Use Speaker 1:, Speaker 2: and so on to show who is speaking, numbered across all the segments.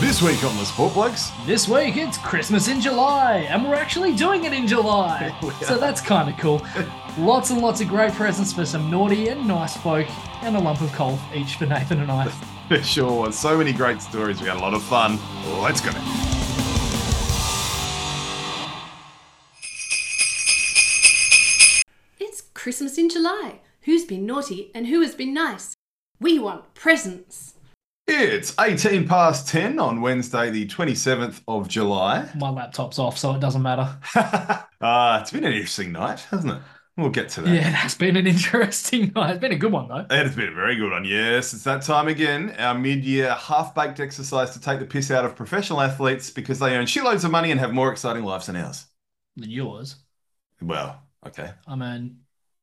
Speaker 1: This week on the Sportplex,
Speaker 2: This week it's Christmas in July, and we're actually doing it in July.
Speaker 1: We
Speaker 2: so
Speaker 1: are.
Speaker 2: that's kind of cool. lots and lots of great presents for some naughty and nice folk, and a lump of coal each for Nathan and I.
Speaker 1: there sure was so many great stories. We had a lot of fun. Let's go.
Speaker 3: It's Christmas in July. Who's been naughty and who has been nice? We want presents.
Speaker 1: It's 18 past 10 on Wednesday, the 27th of July.
Speaker 2: My laptop's off, so it doesn't matter.
Speaker 1: uh, it's been an interesting night, hasn't it? We'll get to that.
Speaker 2: Yeah, that's been an interesting night. It's been a good one, though.
Speaker 1: It has been a very good one. Yes, it's that time again, our mid year half baked exercise to take the piss out of professional athletes because they earn shitloads of money and have more exciting lives than ours.
Speaker 2: Than yours.
Speaker 1: Well, okay.
Speaker 2: I mean,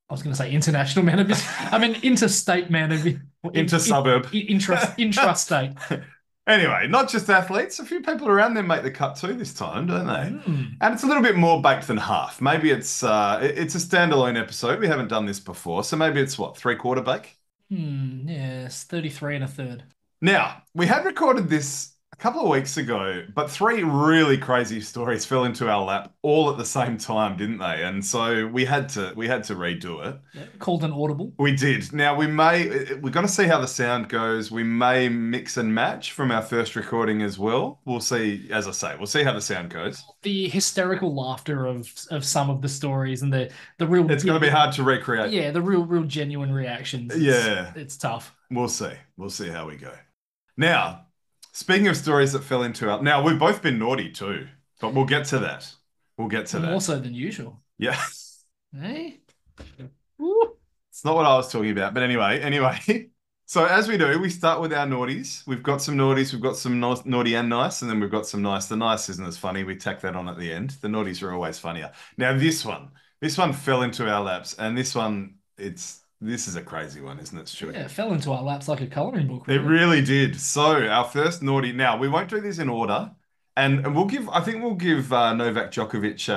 Speaker 2: I was going to say international man of business. I mean, interstate man of business.
Speaker 1: Into suburb.
Speaker 2: Intra, intrastate.
Speaker 1: Anyway, not just athletes, a few people around them make the cut too this time, don't they?
Speaker 2: Mm.
Speaker 1: And it's a little bit more baked than half. Maybe it's uh, it- it's a standalone episode. We haven't done this before, so maybe it's what three quarter bake.
Speaker 2: Hmm, yes, 33 and a third.
Speaker 1: Now we had recorded this a couple of weeks ago, but three really crazy stories fell into our lap all at the same time, didn't they? And so we had to we had to redo it.
Speaker 2: Yeah, called an audible.
Speaker 1: We did. Now we may we're going to see how the sound goes. We may mix and match from our first recording as well. We'll see. As I say, we'll see how the sound goes.
Speaker 2: the hysterical laughter of of some of the stories and the the real
Speaker 1: It's going to be hard to recreate.
Speaker 2: yeah the real real genuine reactions it's,
Speaker 1: Yeah.
Speaker 2: it's tough
Speaker 1: We'll see. We'll see how we go. Now, speaking of stories that fell into our. Now, we've both been naughty too, but we'll get to that. We'll get to
Speaker 2: more
Speaker 1: that.
Speaker 2: so than usual
Speaker 1: Yeah.
Speaker 2: eh?
Speaker 1: It's not what I was talking about. But anyway, anyway. So, as we do, we start with our naughties. We've got some naughties, we've got some nau- naughty and nice, and then we've got some nice. The nice isn't as funny. We tack that on at the end. The naughties are always funnier. Now, this one, this one fell into our laps, and this one, it's this is a crazy one, isn't it, Stuart?
Speaker 2: yeah it fell into our laps like a coloring book
Speaker 1: It really
Speaker 2: really.
Speaker 1: did. So our first naughty. Now we won't do these in order, and, and we'll give. I think we'll give uh, Novak Djokovic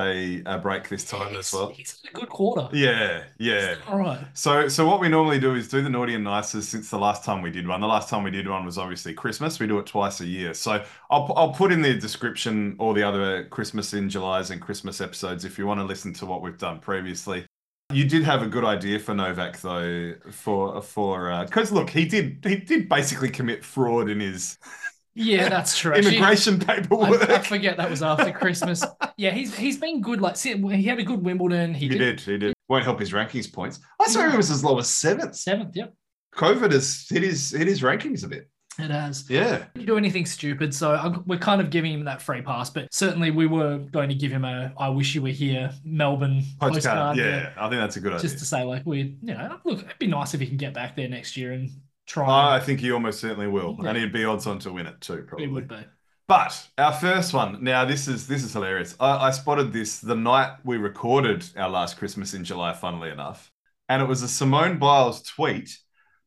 Speaker 1: a, a break this time as
Speaker 2: He's-
Speaker 1: well.
Speaker 2: he's had a good quarter
Speaker 1: Yeah, yeah.
Speaker 2: all right
Speaker 1: So so what we normally do is do the naughty and nices since the last time we did one. The last time we did one was obviously Christmas. We do it twice a year. So I'll pu- I'll put in the description all the other Christmas in July's and Christmas episodes if you want to listen to what we've done previously. You did have a good idea for Novak though for for because look he did he did basically commit fraud in his
Speaker 2: yeah that's true Actually,
Speaker 1: immigration
Speaker 2: I,
Speaker 1: paperwork.
Speaker 2: I forget that was after Christmas. Yeah, he's he's been good. Like see, he had a good Wimbledon. He,
Speaker 1: He
Speaker 2: did
Speaker 1: did he did won't help his rankings points. I saw he was as low as seventh.
Speaker 2: seventh. Yep,
Speaker 1: COVID has hit his hit his rankings a bit.
Speaker 2: it has.
Speaker 1: Yeah.
Speaker 2: didn't do anything stupid, so i we're kind of giving him that free pass. But certainly, we were going to give him a "I wish you were here" Melbourne
Speaker 1: Postcard,
Speaker 2: postcard,
Speaker 1: yeah, I think that's a good idea.
Speaker 2: just to say like we, you know, look, it'd be nice if he can get back there next year
Speaker 1: I
Speaker 2: and try.
Speaker 1: I think he almost certainly will,
Speaker 2: Yeah.
Speaker 1: and he'd be odds on to win it too,
Speaker 2: It
Speaker 1: probably.
Speaker 2: would be.
Speaker 1: But our first one now, this is this is hilarious. I, I spotted this the night we recorded our last Christmas in July, funnily enough, and it was a Simone Biles tweet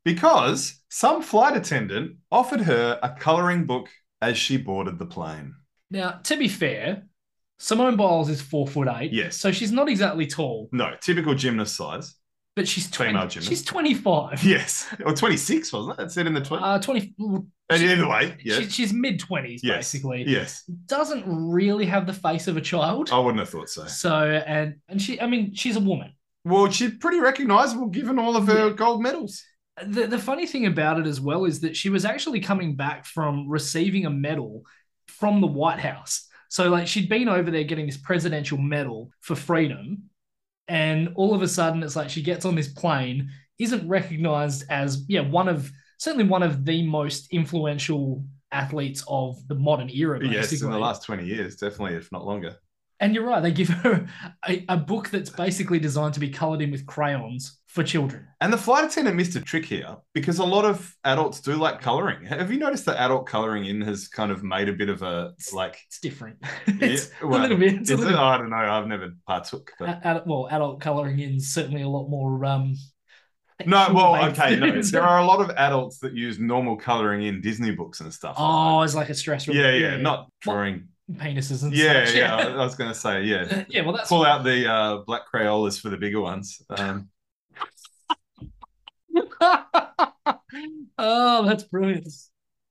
Speaker 1: because some flight attendant offered her a coloring book as she boarded the plane.
Speaker 2: Now, to be fair, Simone Biles is four foot eight.
Speaker 1: Yes.
Speaker 2: so she's not exactly tall,
Speaker 1: No, typical gymnast size.
Speaker 2: but she's
Speaker 1: Female
Speaker 2: 20,
Speaker 1: gymnast.
Speaker 2: She's twenty five.
Speaker 1: Yes, or twenty six wasn't it? It said in the tweet.
Speaker 2: Uh, twenty.
Speaker 1: and either way, yeah,
Speaker 2: she, she's mid twenties
Speaker 1: yes,
Speaker 2: basically.
Speaker 1: yes.
Speaker 2: Doesn't really have the face of a child.
Speaker 1: I wouldn't have thought so.
Speaker 2: So and and she, I mean, she's a woman.
Speaker 1: Well, she's pretty recognizable given all of her gold medals.
Speaker 2: the, the funny thing about it as well is that she was actually coming back from receiving a medal from the White House. So like she'd been over there getting this presidential medal for freedom, and all of a sudden it's like she gets on this plane, isn't recognized as yeah one of certainly one of the most influential athletes of the modern era. Basically.
Speaker 1: Yes, in the last 20 years, definitely, if not longer.
Speaker 2: And you're right, they give her a, a book that's basically designed to be colored in with crayons for children.
Speaker 1: And the flight attendant missed a trick here because a lot of adults do like coloring. Have you noticed that adult coloring in has kind of made a bit of a like
Speaker 2: It's different.
Speaker 1: Yeah,
Speaker 2: it's
Speaker 1: well,
Speaker 2: a little bit. Uh, It's a
Speaker 1: is
Speaker 2: little
Speaker 1: it? I don't know. I've never partook. But...
Speaker 2: A- ad- well, adult colouring in certainly a lot more. Um,
Speaker 1: No, well,
Speaker 2: based.
Speaker 1: okay, no. There are a lot of adults that use normal colouring in Disney books and stuff.
Speaker 2: Oh,
Speaker 1: like
Speaker 2: it's like a stress.
Speaker 1: that. yeah, yeah, not drawing.
Speaker 2: penises and
Speaker 1: Yeah,
Speaker 2: such.
Speaker 1: yeah. I was gonna say, yeah.
Speaker 2: yeah. Well, that's
Speaker 1: Pull out the uh, black Crayolas for the bigger ones. Um,
Speaker 2: oh, that's brilliant.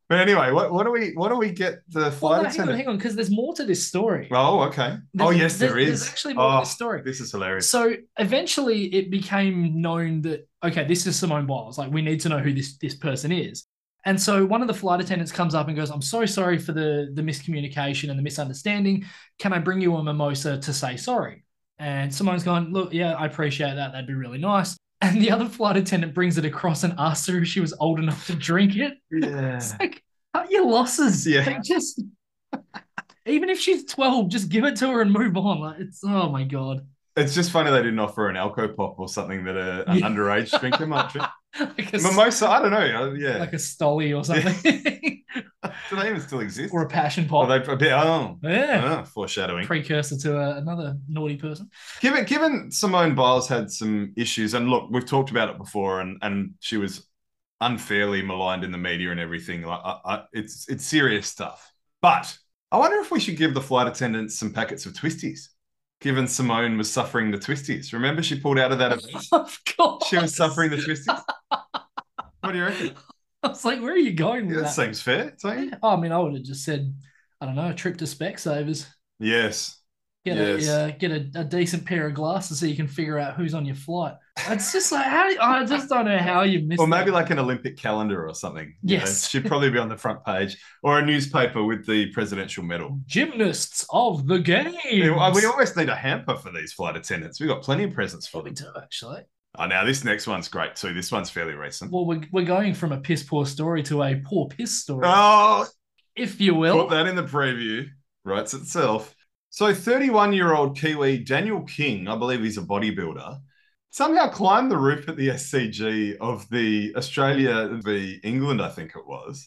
Speaker 1: But anyway, what what do we what do we get the
Speaker 2: Well,
Speaker 1: flight
Speaker 2: no, hang on,
Speaker 1: attendant?
Speaker 2: hang on, because there's more to this story.
Speaker 1: Oh, okay.
Speaker 2: There's-
Speaker 1: Oh, yes,
Speaker 2: there's,
Speaker 1: there
Speaker 2: There's
Speaker 1: is.
Speaker 2: actually more to
Speaker 1: Oh,
Speaker 2: this story.
Speaker 1: this is hilarious.
Speaker 2: So eventually it became known that, okay, this is Simone Biles. Like, we need to know who this, this person is. And so one of the flight attendants comes up and goes, I'm so sorry for the, the miscommunication and the misunderstanding. Can I bring you a mimosa to say sorry? And Simone's gone, Look, yeah, I appreciate that. That'd be really nice. And the other flight attendant brings it across and asks her if she was old enough to drink it.
Speaker 1: Yeah.
Speaker 2: It's like, cut your losses.
Speaker 1: Yeah.
Speaker 2: Like, just even if she's 12, just give it to her and move on. Like it's oh my god.
Speaker 1: It's just funny they didn't offer an Alco Pop or something that a, an
Speaker 2: Yeah.
Speaker 1: underage drinker might drink.
Speaker 2: like a,
Speaker 1: Mimosa, I don't know. uh, Yeah.
Speaker 2: like a stolly or something.
Speaker 1: do they even still exist?
Speaker 2: or a passion
Speaker 1: Or
Speaker 2: pop.
Speaker 1: they, oh,
Speaker 2: yeah.
Speaker 1: oh, foreshadowing.
Speaker 2: Precursor to uh, another naughty person.
Speaker 1: Given given Simone Biles had some issues, and look, we've talked about it before, and and she was unfairly maligned in the media and everything. Like, I, I, it's it's serious stuff. But I wonder if we should give the flight attendants some packets of twisties. Given Simone was suffering the twisties, remember she pulled out of that event.
Speaker 2: of course.
Speaker 1: She was suffering the twisties. What do you reckon?
Speaker 2: I was like, where are you going with
Speaker 1: Yeah, that
Speaker 2: that?
Speaker 1: seems fair. Don't you?
Speaker 2: Oh, I mean, I would have just said, I don't know, a trip to Specsavers.
Speaker 1: Yes.
Speaker 2: Get
Speaker 1: Yes.
Speaker 2: a uh, get a, a decent pair of glasses so you can figure out who's on your flight. It's just like how I just don't know how you missed.
Speaker 1: Or maybe
Speaker 2: that.
Speaker 1: like an Olympic calendar or something. you know?
Speaker 2: Yes.
Speaker 1: She'd probably be on the front page or a newspaper with the presidential medal.
Speaker 2: gymnasts of the game.
Speaker 1: Yeah, well, We almost need a hamper for these flight attendants. We've got plenty of presents for
Speaker 2: we
Speaker 1: them.
Speaker 2: do actually.
Speaker 1: Oh, now this next one's great too. This one's fairly recent.
Speaker 2: Well, we're, we're going from a piss poor story to a poor piss story,
Speaker 1: Oh,
Speaker 2: if you will.
Speaker 1: put that in the preview. Writes itself. So, 31 year old Kiwi Daniel King, I believe he's a bodybuilder, somehow climbed the roof at the SCG of the Australia v England, I think it was,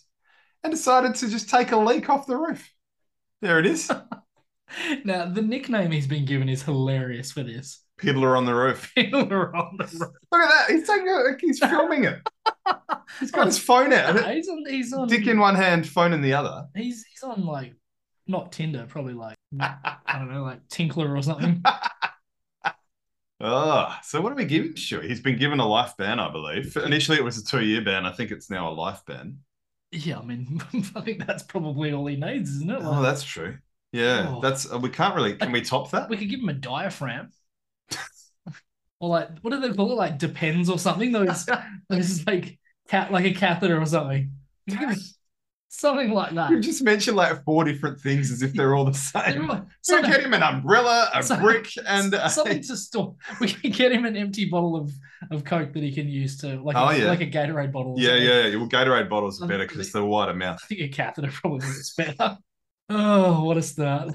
Speaker 1: and decided to just take a leak off the roof. There it is.
Speaker 2: Now, the nickname he's been given is hilarious for this.
Speaker 1: Piddler on the roof.
Speaker 2: Fiddler on the road.
Speaker 1: Look at that. He's taking a, like he's filming it. He's got his phone out.
Speaker 2: Nah, he's on. He's on.
Speaker 1: dick in one hand, phone in the other.
Speaker 2: He's he's on like not Tinder, probably like I don't know, like Tinkler or something.
Speaker 1: Oh, so what do we give him? Sure, he's been given a life ban, I believe. Initially, it was a two-year ban. I think it's now a life ban.
Speaker 2: yeah, I mean, I think that's probably all he needs, isn't it?
Speaker 1: Oh,
Speaker 2: Like,
Speaker 1: that's true. Yeah,
Speaker 2: Oh.
Speaker 1: that's uh, we can't really. Can we top that?
Speaker 2: we could give him a diaphragm. or like what do they call it? Like depends or something? Those those like cat like a catheter or something. Something like
Speaker 1: You've
Speaker 2: that.
Speaker 1: just mentioned like four different things as if they're all the same. So
Speaker 2: Something,
Speaker 1: get him an umbrella, a
Speaker 2: So-
Speaker 1: brick, and a,
Speaker 2: something to store. We can get him an empty bottle of, of Coke that he can use to like
Speaker 1: Oh,
Speaker 2: a,
Speaker 1: yeah.
Speaker 2: like a Gatorade bottle. or
Speaker 1: yeah,
Speaker 2: something.
Speaker 1: yeah. yeah. Well, Gatorade bottles are
Speaker 2: Something-
Speaker 1: better because they're wider mouth.
Speaker 2: I think a catheter probably is better. Oh, what a start.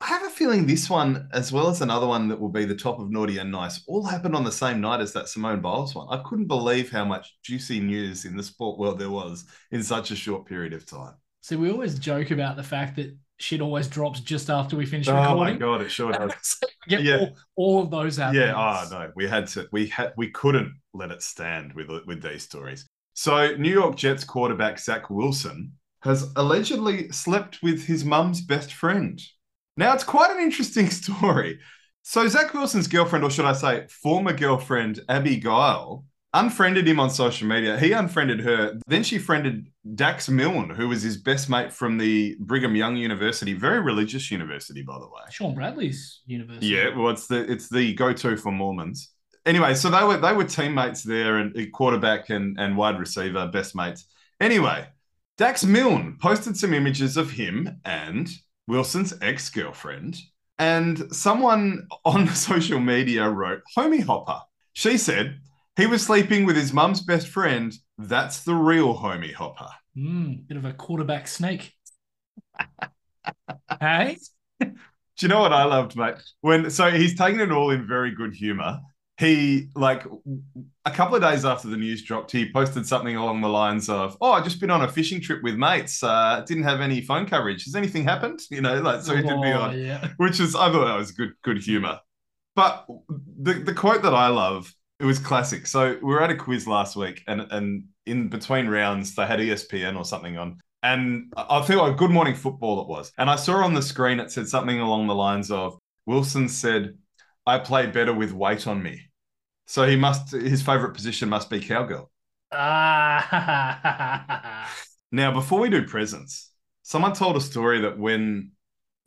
Speaker 1: I have a feeling this one, as well as another one that will be the top of Naughty and Nice, all happened on the same night as that Simone Biles one. I couldn't believe how much juicy news in the sport world there was in such a short period of time.
Speaker 2: See, we always joke about the fact that shit always drops just after we finish
Speaker 1: Oh my
Speaker 2: recording.
Speaker 1: god, it sure does.
Speaker 2: So we get
Speaker 1: Yeah.
Speaker 2: all, all of those out.
Speaker 1: yeah, oh no, we had to, we had, we couldn't let it stand with with these stories. So, New York Jets quarterback Zach Wilson has allegedly slept with his mum's best friend. Now, it's quite an interesting story. So, Zach Wilson's girlfriend, or should I say, former girlfriend Abby Guile, unfriended him on social media. He unfriended her. Then she friended Dax Milne, who was his best mate from the Brigham Young University, very religious university, by the way.
Speaker 2: Sean Bradley's university.
Speaker 1: Yeah, well, it's the it's the go-to for Mormons. Anyway, so they were they were teammates there, and and quarterback and and wide receiver, best mates. Anyway, Dax Milne posted some images of him and Wilson's ex-girlfriend, and someone on social media wrote, "Homie Hopper." She said he was sleeping with his mum's best friend. That's the real Homie Hopper.
Speaker 2: Mm, bit of a quarterback snake. hey?
Speaker 1: Do you know what I loved, mate? When so he's taking it all in very good humor. He like a couple of days after the news dropped, he posted something along the lines of, "Oh, I just been on a fishing trip with mates. Uh, didn't have any phone coverage. Has anything happened? You know, like so he did be
Speaker 2: Oh,
Speaker 1: on,
Speaker 2: Yeah.
Speaker 1: which is I thought that was good good humor. But the the quote that I love it was classic. So we were at a quiz last week, and and in between rounds they had E ESPN or something on, and I I think like Good Morning Football it was, and I saw on the screen it said something along the lines of Wilson said, "I play better with weight on me," so he must his favorite position must be cowgirl.
Speaker 2: Ah,
Speaker 1: Now, before we do presents, someone told a story that when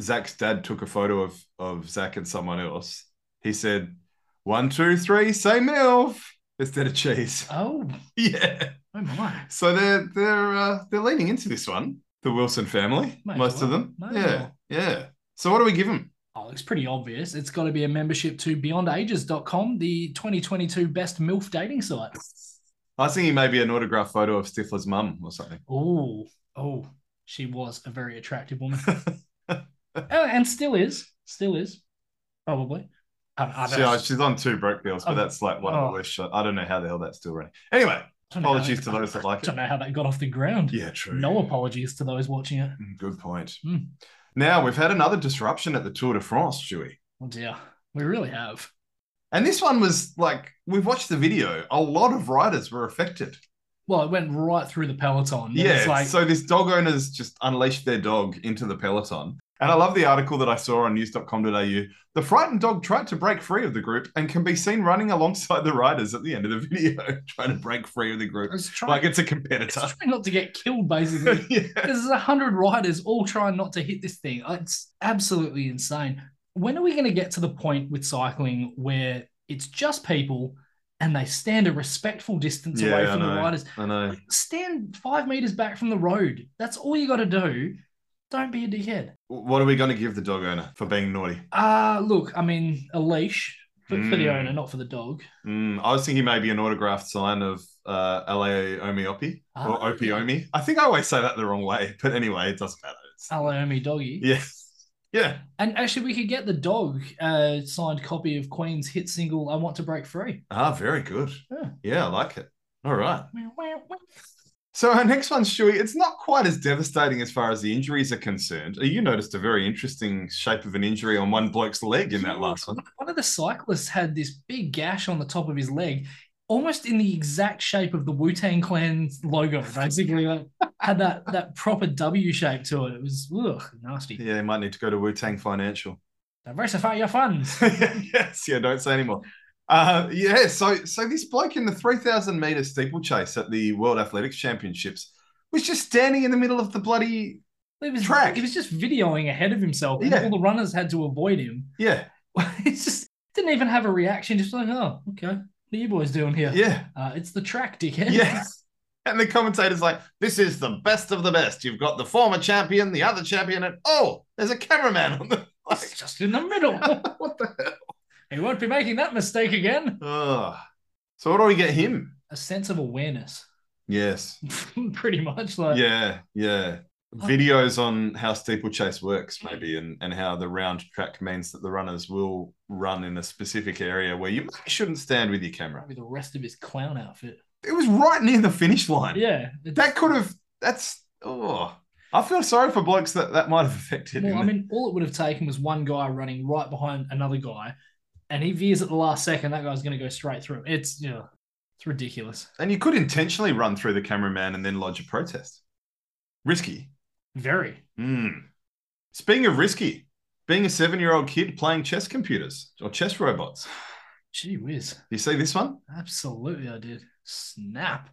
Speaker 1: Zach's dad took a photo of of Zach and someone else, he said, one, two, three, say MILF instead of cheese.
Speaker 2: Oh,
Speaker 1: yeah.
Speaker 2: oh my.
Speaker 1: So they're they're uh, they're leaning into this one, the Wilson family,
Speaker 2: Might as
Speaker 1: most of
Speaker 2: well.
Speaker 1: them.
Speaker 2: Might as
Speaker 1: Yeah,
Speaker 2: well.
Speaker 1: yeah. So what do we give them?
Speaker 2: Oh, it's pretty obvious. It's got to be a membership to beyondages.com, the 2022 best MILF dating site.
Speaker 1: I was thinking maybe an autograph photo of Stifler's mum or something.
Speaker 2: Oh, oh, she was a very attractive woman. Oh, and still is, still is, probably. I, I don't,
Speaker 1: She, oh, she's on two broke deals, but
Speaker 2: Oh,
Speaker 1: that's like one of
Speaker 2: Ah, oh.
Speaker 1: the worst shot. I don't know how the hell that's still running. Anyway,
Speaker 2: don't know how
Speaker 1: apologies
Speaker 2: that-
Speaker 1: to those that like it.
Speaker 2: don't know how that got off the ground.
Speaker 1: Yeah, true.
Speaker 2: No apologies to those watching it.
Speaker 1: Mm, Good point.
Speaker 2: Mm.
Speaker 1: Now we've had another disruption at the Tour de France, Stewie.
Speaker 2: Oh dear, we really have.
Speaker 1: And this one was like we've watched the video. A lot of riders were affected.
Speaker 2: Well, it went right through the peloton. It
Speaker 1: Yeah,
Speaker 2: was like
Speaker 1: so this dog owners just unleashed their dog into the peloton. And I love the article that I saw on news.com.au. The frightened dog tried to break free of the group and can be seen running alongside the riders at the end of the video, trying to break free of the
Speaker 2: I
Speaker 1: group.
Speaker 2: was trying,
Speaker 1: Like it's a
Speaker 2: it's
Speaker 1: competitor.
Speaker 2: trying not to get killed, basically.
Speaker 1: yeah.
Speaker 2: There's a hundred riders all trying not to hit this thing. It's absolutely insane. When are we going to get to the point with cycling where it's just people and they stand a respectful distance
Speaker 1: Yeah,
Speaker 2: away
Speaker 1: I
Speaker 2: from the
Speaker 1: know.
Speaker 2: riders?
Speaker 1: I know.
Speaker 2: Stand five meters back from the road. That's all you got to do. Don't be a dickhead.
Speaker 1: What are we going to give the dog owner for being naughty?
Speaker 2: Ah, look, I mean, a leash for, for the
Speaker 1: Mm.
Speaker 2: owner, not for the dog.
Speaker 1: Mm, I was thinking maybe an autographed sign of uh, LA Omiopi or
Speaker 2: Ah, yeah.
Speaker 1: Opiomi. I think I always say that the wrong way, but anyway, it doesn't matter. It's,
Speaker 2: Alaomi doggy.
Speaker 1: yeah. Yeah.
Speaker 2: And actually, we could get the dog uh, signed copy of Queen's hit single, I Want to Break Free.
Speaker 1: Ah, very good.
Speaker 2: Yeah.
Speaker 1: Yeah, I like it. All right.
Speaker 2: Meow, meow, meow.
Speaker 1: So our next one, Stewie, it's not quite as devastating as far as the injuries are concerned. You noticed a very interesting shape of an injury on one bloke's leg in that
Speaker 2: Yeah.
Speaker 1: last one.
Speaker 2: One of the cyclists had this big gash on the top of his leg, almost in the exact shape of the Wu Tang Clan logo. Basically, like, had that that proper W shape to it. It was ugh, nasty.
Speaker 1: Yeah, you might need to go to Wu Tang Financial.
Speaker 2: Diversify your funds.
Speaker 1: yes, yeah, don't say anymore. Uh, yeah, so so this bloke in the 3,000 meter steeplechase at the World Athletics Championships was just standing in the middle of the bloody
Speaker 2: It was
Speaker 1: Track.
Speaker 2: He was just videoing ahead of himself, and
Speaker 1: Yeah.
Speaker 2: all the runners had to avoid him.
Speaker 1: yeah
Speaker 2: It's just didn't even have a reaction. Just like, oh, okay, what are you boys doing here?
Speaker 1: yeah
Speaker 2: Uh, it's the track, dickhead.
Speaker 1: Yes. And the commentator's like, this is the best of the best. You've got the former champion, the other champion, and oh, there's a cameraman on the. Like,
Speaker 2: it's just in the middle.
Speaker 1: what the hell?
Speaker 2: he won't be making that mistake again.
Speaker 1: Ugh. So, what do we get him?
Speaker 2: A sense of awareness.
Speaker 1: Yes.
Speaker 2: pretty much like
Speaker 1: Yeah. Yeah.
Speaker 2: Oh.
Speaker 1: Videos on how steeplechase works,
Speaker 2: Mm.
Speaker 1: maybe, and, and how the round track means that the runners will run in a specific area where you maybe shouldn't stand with your camera.
Speaker 2: probably the rest of his clown outfit.
Speaker 1: It was right near the finish line.
Speaker 2: Yeah, it's-
Speaker 1: That could have, that's, oh, I feel sorry for blokes that that might have affected.
Speaker 2: Well,
Speaker 1: in
Speaker 2: I
Speaker 1: the-
Speaker 2: mean, all it would have taken was one guy running right behind another guy, and he veers at the last second. That guy's going to go straight through. It's you know, it's ridiculous.
Speaker 1: And you could intentionally run through the cameraman and then lodge a protest. Risky.
Speaker 2: Very.
Speaker 1: Mm. Speaking of risky, being a seven year old kid playing chess computers or chess robots.
Speaker 2: Gee whiz.
Speaker 1: You see this one?
Speaker 2: Absolutely, I did. Snap.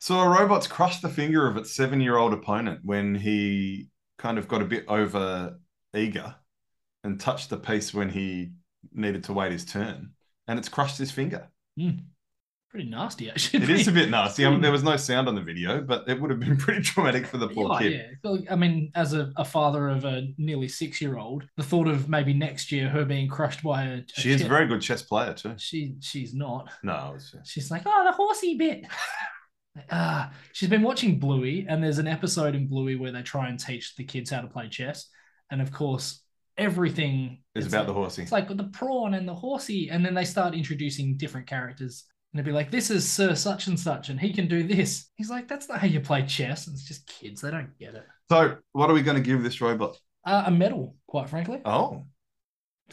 Speaker 1: So a robot's crushed the finger of its seven year old opponent when he kind of got a bit over eager and touched the piece when he needed to wait his turn. And it's crushed his finger.
Speaker 2: Pretty nasty, actually.
Speaker 1: It is a bit nasty. I mean, there was no sound on the video, but it would have been pretty traumatic for the
Speaker 2: Hmm. Yeah,
Speaker 1: poor
Speaker 2: like,
Speaker 1: kid.
Speaker 2: yeah. I feel like- I mean, as a, a father of a nearly six year old, the thought of maybe next year her being crushed by a, a
Speaker 1: She is a
Speaker 2: chip-
Speaker 1: very good chess player, too.
Speaker 2: she she's not.
Speaker 1: No, it was,
Speaker 2: She's like, oh, the horsey bit. Ah, she's been watching Bluey, and there's an episode in Bluey where they try and teach the kids how to play chess, and of course, everything
Speaker 1: It's,
Speaker 2: it's
Speaker 1: about
Speaker 2: like,
Speaker 1: the horsey.
Speaker 2: It's like the prawn and the horsey, and then they start introducing different characters, and they'll be like, this is Sir such and such, and he can do this. He's like, that's not how you play chess. And it's just kids; they don't get it.
Speaker 1: So, what are we going to give this robot?
Speaker 2: Uh, a medal, quite frankly.
Speaker 1: Oh,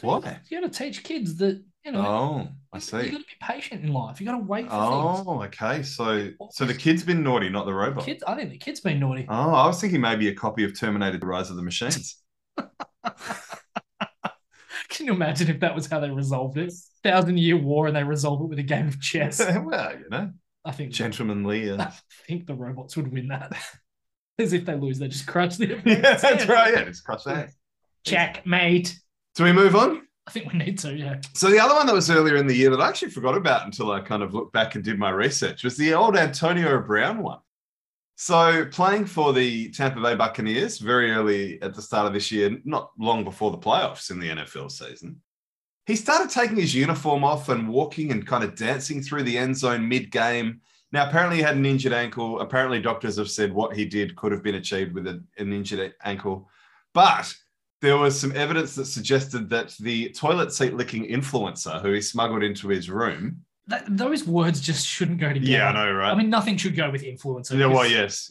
Speaker 1: why?
Speaker 2: You got to teach kids that you know.
Speaker 1: Oh, I
Speaker 2: You got
Speaker 1: see.
Speaker 2: to be patient in life. You got to wait for things.
Speaker 1: Oh, okay. So, so the kid's been naughty, not the robot.
Speaker 2: Kids, I think the kids been naughty.
Speaker 1: Oh, I was thinking maybe a copy of Terminator: The Rise of the Machines.
Speaker 2: Can you imagine if that was how they resolved it? Thousand year war and they resolve it with a game of chess.
Speaker 1: well, you know,
Speaker 2: I think
Speaker 1: gentlemanly uh, and
Speaker 2: I think the robots would win that. As if they lose, they just crush the
Speaker 1: yeah,
Speaker 2: opponent's
Speaker 1: that's
Speaker 2: hand.
Speaker 1: right. Yeah, just crush that.
Speaker 2: Checkmate.
Speaker 1: Do we move on?
Speaker 2: I think we need to, yeah.
Speaker 1: So the other one that was earlier in the year that I actually forgot about until I kind of looked back and did my research was the old Antonio Brown one. So playing for the Tampa Bay Buccaneers very early at the start of this year, not long before the playoffs in the NFL season, he started taking his uniform off and walking and kind of dancing through the end zone mid-game. Now apparently he had an injured ankle. Apparently doctors have said what he did could have been achieved with an an injured ankle, but there was some evidence that suggested that the toilet seat licking influencer who he smuggled into his room.
Speaker 2: That, those words just shouldn't go together.
Speaker 1: Yeah, I know, right?
Speaker 2: I mean, nothing should go with influencer.
Speaker 1: yeah, well,
Speaker 2: because-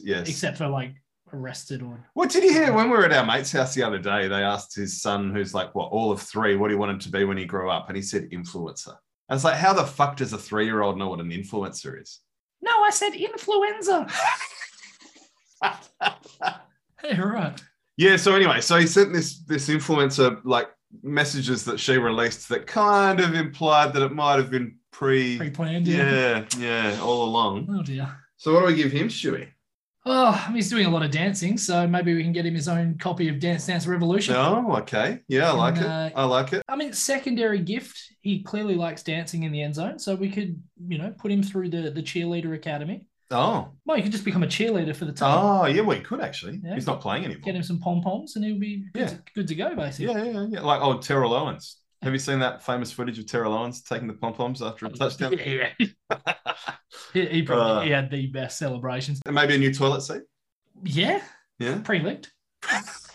Speaker 1: yes, yes.
Speaker 2: Except for like arrested or
Speaker 1: what did you hear when we were at our mate's house the other day? They asked his son, who's like, what, all of three, what he wanted to be when he grew up. And he said, influencer. I was like, how the fuck does a three year old know what an influencer is?
Speaker 2: No, I said influenza. yeah, right.
Speaker 1: Yeah. So anyway, so he sent this this influencer like messages that she released that kind of implied that it might have been pre.
Speaker 2: Pre planned.
Speaker 1: yeah, yeah, all along.
Speaker 2: Oh dear.
Speaker 1: So what do we give him, Stewie?
Speaker 2: Oh, I mean, he's doing a lot of dancing, so maybe we can get him his own copy of Dance Dance Revolution.
Speaker 1: Oh, okay. Yeah, I like
Speaker 2: No.
Speaker 1: it. I like it.
Speaker 2: I mean, secondary gift. He clearly likes dancing in the end zone, so we could, you know, put him through the the cheerleader academy.
Speaker 1: Oh,
Speaker 2: Well, you could just become a cheerleader for the team.
Speaker 1: oh, yeah. We could actually.
Speaker 2: Yeah.
Speaker 1: He's not playing anymore.
Speaker 2: Get him some pom poms, and he'll be good,
Speaker 1: Yeah.
Speaker 2: to, good to go. Basically,
Speaker 1: Yeah, yeah, yeah. Like old Terrell Owens. Have you seen that famous footage of Terrell Owens taking the pom poms after a touchdown?
Speaker 2: Yeah, yeah. he, he probably
Speaker 1: Uh.
Speaker 2: he had the best celebrations.
Speaker 1: And maybe a new toilet seat.
Speaker 2: Yeah,
Speaker 1: Yeah,
Speaker 2: pre-licked.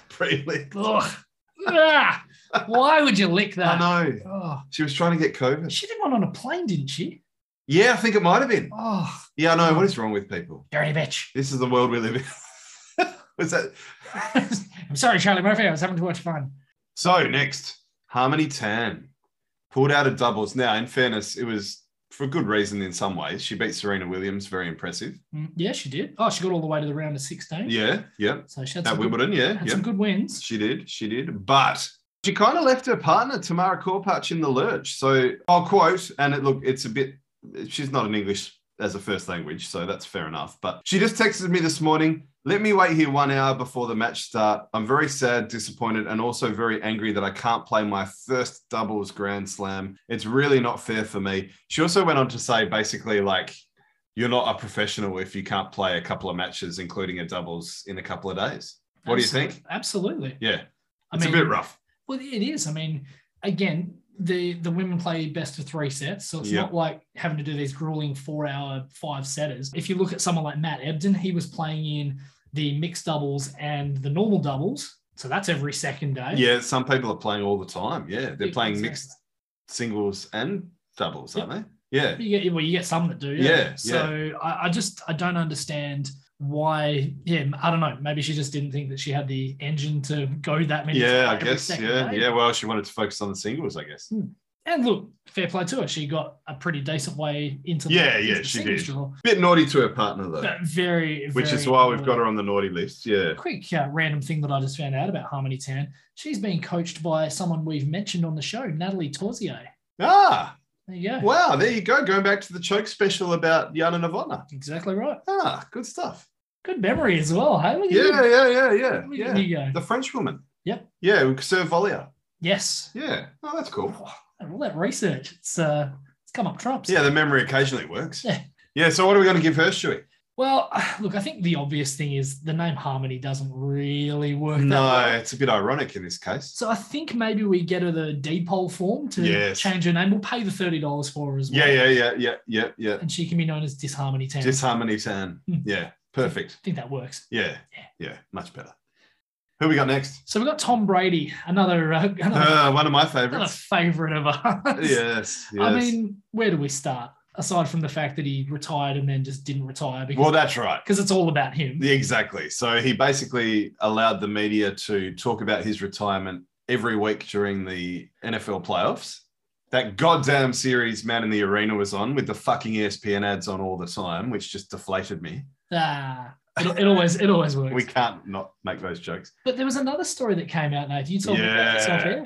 Speaker 1: pretty.
Speaker 2: Ugh. Ah, why would you lick that?
Speaker 1: I know.
Speaker 2: Oh,
Speaker 1: She was trying to get COVID.
Speaker 2: she did one on a plane, didn't she?
Speaker 1: Yeah, I think it might have been.
Speaker 2: Oh,
Speaker 1: Yeah, I know. What is wrong with people?
Speaker 2: dirty bitch.
Speaker 1: This is the world we live in. What's that?
Speaker 2: I'm sorry, Charlie Murphy. I was having too much fun.
Speaker 1: So next, Harmony Tan pulled out of doubles. Now, in fairness, it was for good reason in some ways. She beat Serena Williams, very impressive.
Speaker 2: Mm, Yeah, she did. Oh, she got all the way to the round of 16.
Speaker 1: Yeah, yeah.
Speaker 2: So she had,
Speaker 1: At
Speaker 2: some good,
Speaker 1: Wimbledon, yeah,
Speaker 2: had
Speaker 1: yeah.
Speaker 2: some good wins.
Speaker 1: She did, she did. But she kind of left her partner Tamara Korpach in the lurch. So I'll quote, and it look, it's a bit. She's not an English as a first language, so that's fair enough. But she just texted me this morning. Let me wait here one hour before the match start. I'm very sad, disappointed, and also very angry that I can't play my first doubles grand slam. It's really not fair for me. She also went on to say basically like. You're not a professional if you can't play a couple of matches, including a doubles, in a couple of days. What do you
Speaker 2: Absolute-
Speaker 1: think?
Speaker 2: Absolutely.
Speaker 1: Yeah.
Speaker 2: I
Speaker 1: It's
Speaker 2: mean,
Speaker 1: a bit rough.
Speaker 2: Well, it is. I mean, again, the the women play best of three sets, so it's
Speaker 1: Yeah.
Speaker 2: not like having to do these grueling four hour five setters. If you look at someone like Matt Ebden, he was playing in the mixed doubles and the normal doubles, so that's every second day.
Speaker 1: Yeah, some people are playing all the time. Yeah, they're playing mixed singles and doubles, aren't they? Yeah.
Speaker 2: You get well, you get some that do.
Speaker 1: Yeah,
Speaker 2: So I, I just I don't understand why. Yeah, I don't know. Maybe she just didn't think that she had the engine to go that many.
Speaker 1: Yeah, I
Speaker 2: every
Speaker 1: guess.
Speaker 2: second
Speaker 1: Yeah.
Speaker 2: day.
Speaker 1: Yeah. Well, she wanted to focus on the singles, I guess.
Speaker 2: And look, fair play to her. She got a pretty decent way into.
Speaker 1: Yeah,
Speaker 2: the,
Speaker 1: yeah,
Speaker 2: into the
Speaker 1: she
Speaker 2: singles
Speaker 1: did.
Speaker 2: draw.
Speaker 1: Bit naughty to her partner, though,
Speaker 2: But very,
Speaker 1: which
Speaker 2: very uh,
Speaker 1: is why we've got her on the naughty list. Yeah.
Speaker 2: Quick uh, random thing that I just found out about Harmony Tan. She's being coached by someone we've mentioned on the show, Natalie Torzier.
Speaker 1: Ah,
Speaker 2: There you go.
Speaker 1: wow. There you go. Going back to the choke special about Yana Navona.
Speaker 2: Exactly right.
Speaker 1: Ah, good stuff.
Speaker 2: Good memory as well. Hey, look at
Speaker 1: Yeah,
Speaker 2: you.
Speaker 1: yeah, yeah, yeah.
Speaker 2: Look at
Speaker 1: Yeah.
Speaker 2: you go.
Speaker 1: The French woman.
Speaker 2: Yep.
Speaker 1: Yeah, serve volley.
Speaker 2: Yes.
Speaker 1: Yeah. Oh, that's cool.
Speaker 2: All that research. It's uh, it's come up trumps.
Speaker 1: Yeah, the memory occasionally works.
Speaker 2: Yeah.
Speaker 1: Yeah. So, what are we going to give her, Shui?
Speaker 2: Well, look, I think the obvious thing is the name Harmony doesn't really work. that
Speaker 1: No,
Speaker 2: well.
Speaker 1: it's a bit ironic in this case.
Speaker 2: So I think maybe we get her the depol form to
Speaker 1: Yes.
Speaker 2: change her name. We'll pay the thirty dollars for her as
Speaker 1: Yeah,
Speaker 2: well.
Speaker 1: yeah, yeah, yeah, yeah, yeah.
Speaker 2: And she can be known as Disharmony Tan.
Speaker 1: Disharmony tan.
Speaker 2: Hmm.
Speaker 1: Yeah, perfect.
Speaker 2: I think that works.
Speaker 1: Yeah, yeah, much better. Who we got next?
Speaker 2: So we've got Tom Brady, another uh, another,
Speaker 1: Uh, one of my
Speaker 2: another
Speaker 1: favorites.
Speaker 2: favorite of ours.
Speaker 1: Yes, yes.
Speaker 2: I mean, where do we start? Aside from the fact that he retired and then just didn't retire because
Speaker 1: well, that's right.
Speaker 2: because it's all about him.
Speaker 1: Yeah, exactly. So he basically allowed the media to talk about his retirement every week during the NFL playoffs. That goddamn series Man in the Arena was on with the fucking E ESPN ads on all the time, which just deflated me.
Speaker 2: Ah, it, it always it always works.
Speaker 1: We can't not make those jokes.
Speaker 2: but there was another story that came out, Nate. You told me about this off
Speaker 1: yeah,
Speaker 2: air.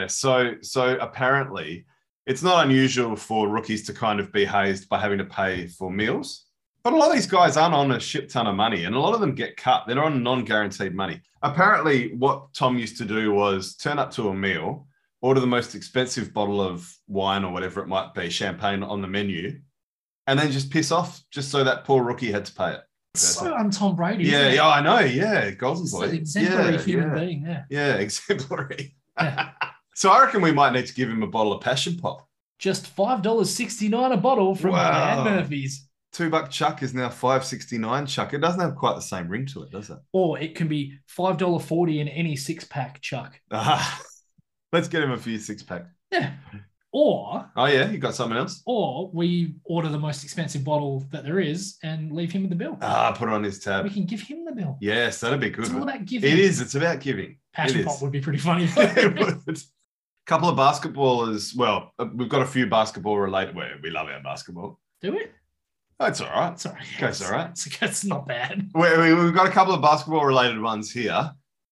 Speaker 1: yeah. So so apparently, it's not unusual for rookies to kind of be hazed by having to pay for meals. But a lot of these guys aren't on a shit ton of money, and a lot of them get cut. They're on non-guaranteed money. Apparently, what Tom used to do was turn up to a meal, order the most expensive bottle of wine or whatever it might be, champagne on the menu, and then just piss off, just so that poor rookie had to pay it.
Speaker 2: It's so un Tom Brady. isn't
Speaker 1: Yeah,
Speaker 2: it?
Speaker 1: yeah, I know. Yeah, golden
Speaker 2: It's
Speaker 1: boy.
Speaker 2: an exemplary
Speaker 1: yeah,
Speaker 2: human
Speaker 1: yeah.
Speaker 2: being. Yeah.
Speaker 1: Yeah, exemplary.
Speaker 2: Yeah.
Speaker 1: so I reckon we might need to give him a bottle of passion pop.
Speaker 2: Just five dollars sixty nine a bottle from
Speaker 1: Wow.
Speaker 2: Mad Murphy's,
Speaker 1: Two buck chuck is now five sixty nine chuck. It doesn't have quite the same ring to it, does it?
Speaker 2: or it can be five dollar forty in any six pack, Chuck.
Speaker 1: Ah, let's get him a few six pack.
Speaker 2: Yeah. Or
Speaker 1: Oh yeah, you got something else?
Speaker 2: or we order the most expensive bottle that there is and leave him with the bill.
Speaker 1: Ah, put it on his
Speaker 2: we
Speaker 1: tab.
Speaker 2: can give him the bill.
Speaker 1: Yes, that'd be good.
Speaker 2: it's all about giving.
Speaker 1: It is. It's about giving.
Speaker 2: Passion
Speaker 1: it
Speaker 2: pop
Speaker 1: is.
Speaker 2: would be pretty funny.
Speaker 1: couple of basketballers. Well, uh, we've got a few basketball related. Where we love our basketball.
Speaker 2: Do it.
Speaker 1: That's all right.
Speaker 2: Sorry.
Speaker 1: Goes all right.
Speaker 2: It's, it's not bad.
Speaker 1: We, we, we've got a couple of basketball related ones here.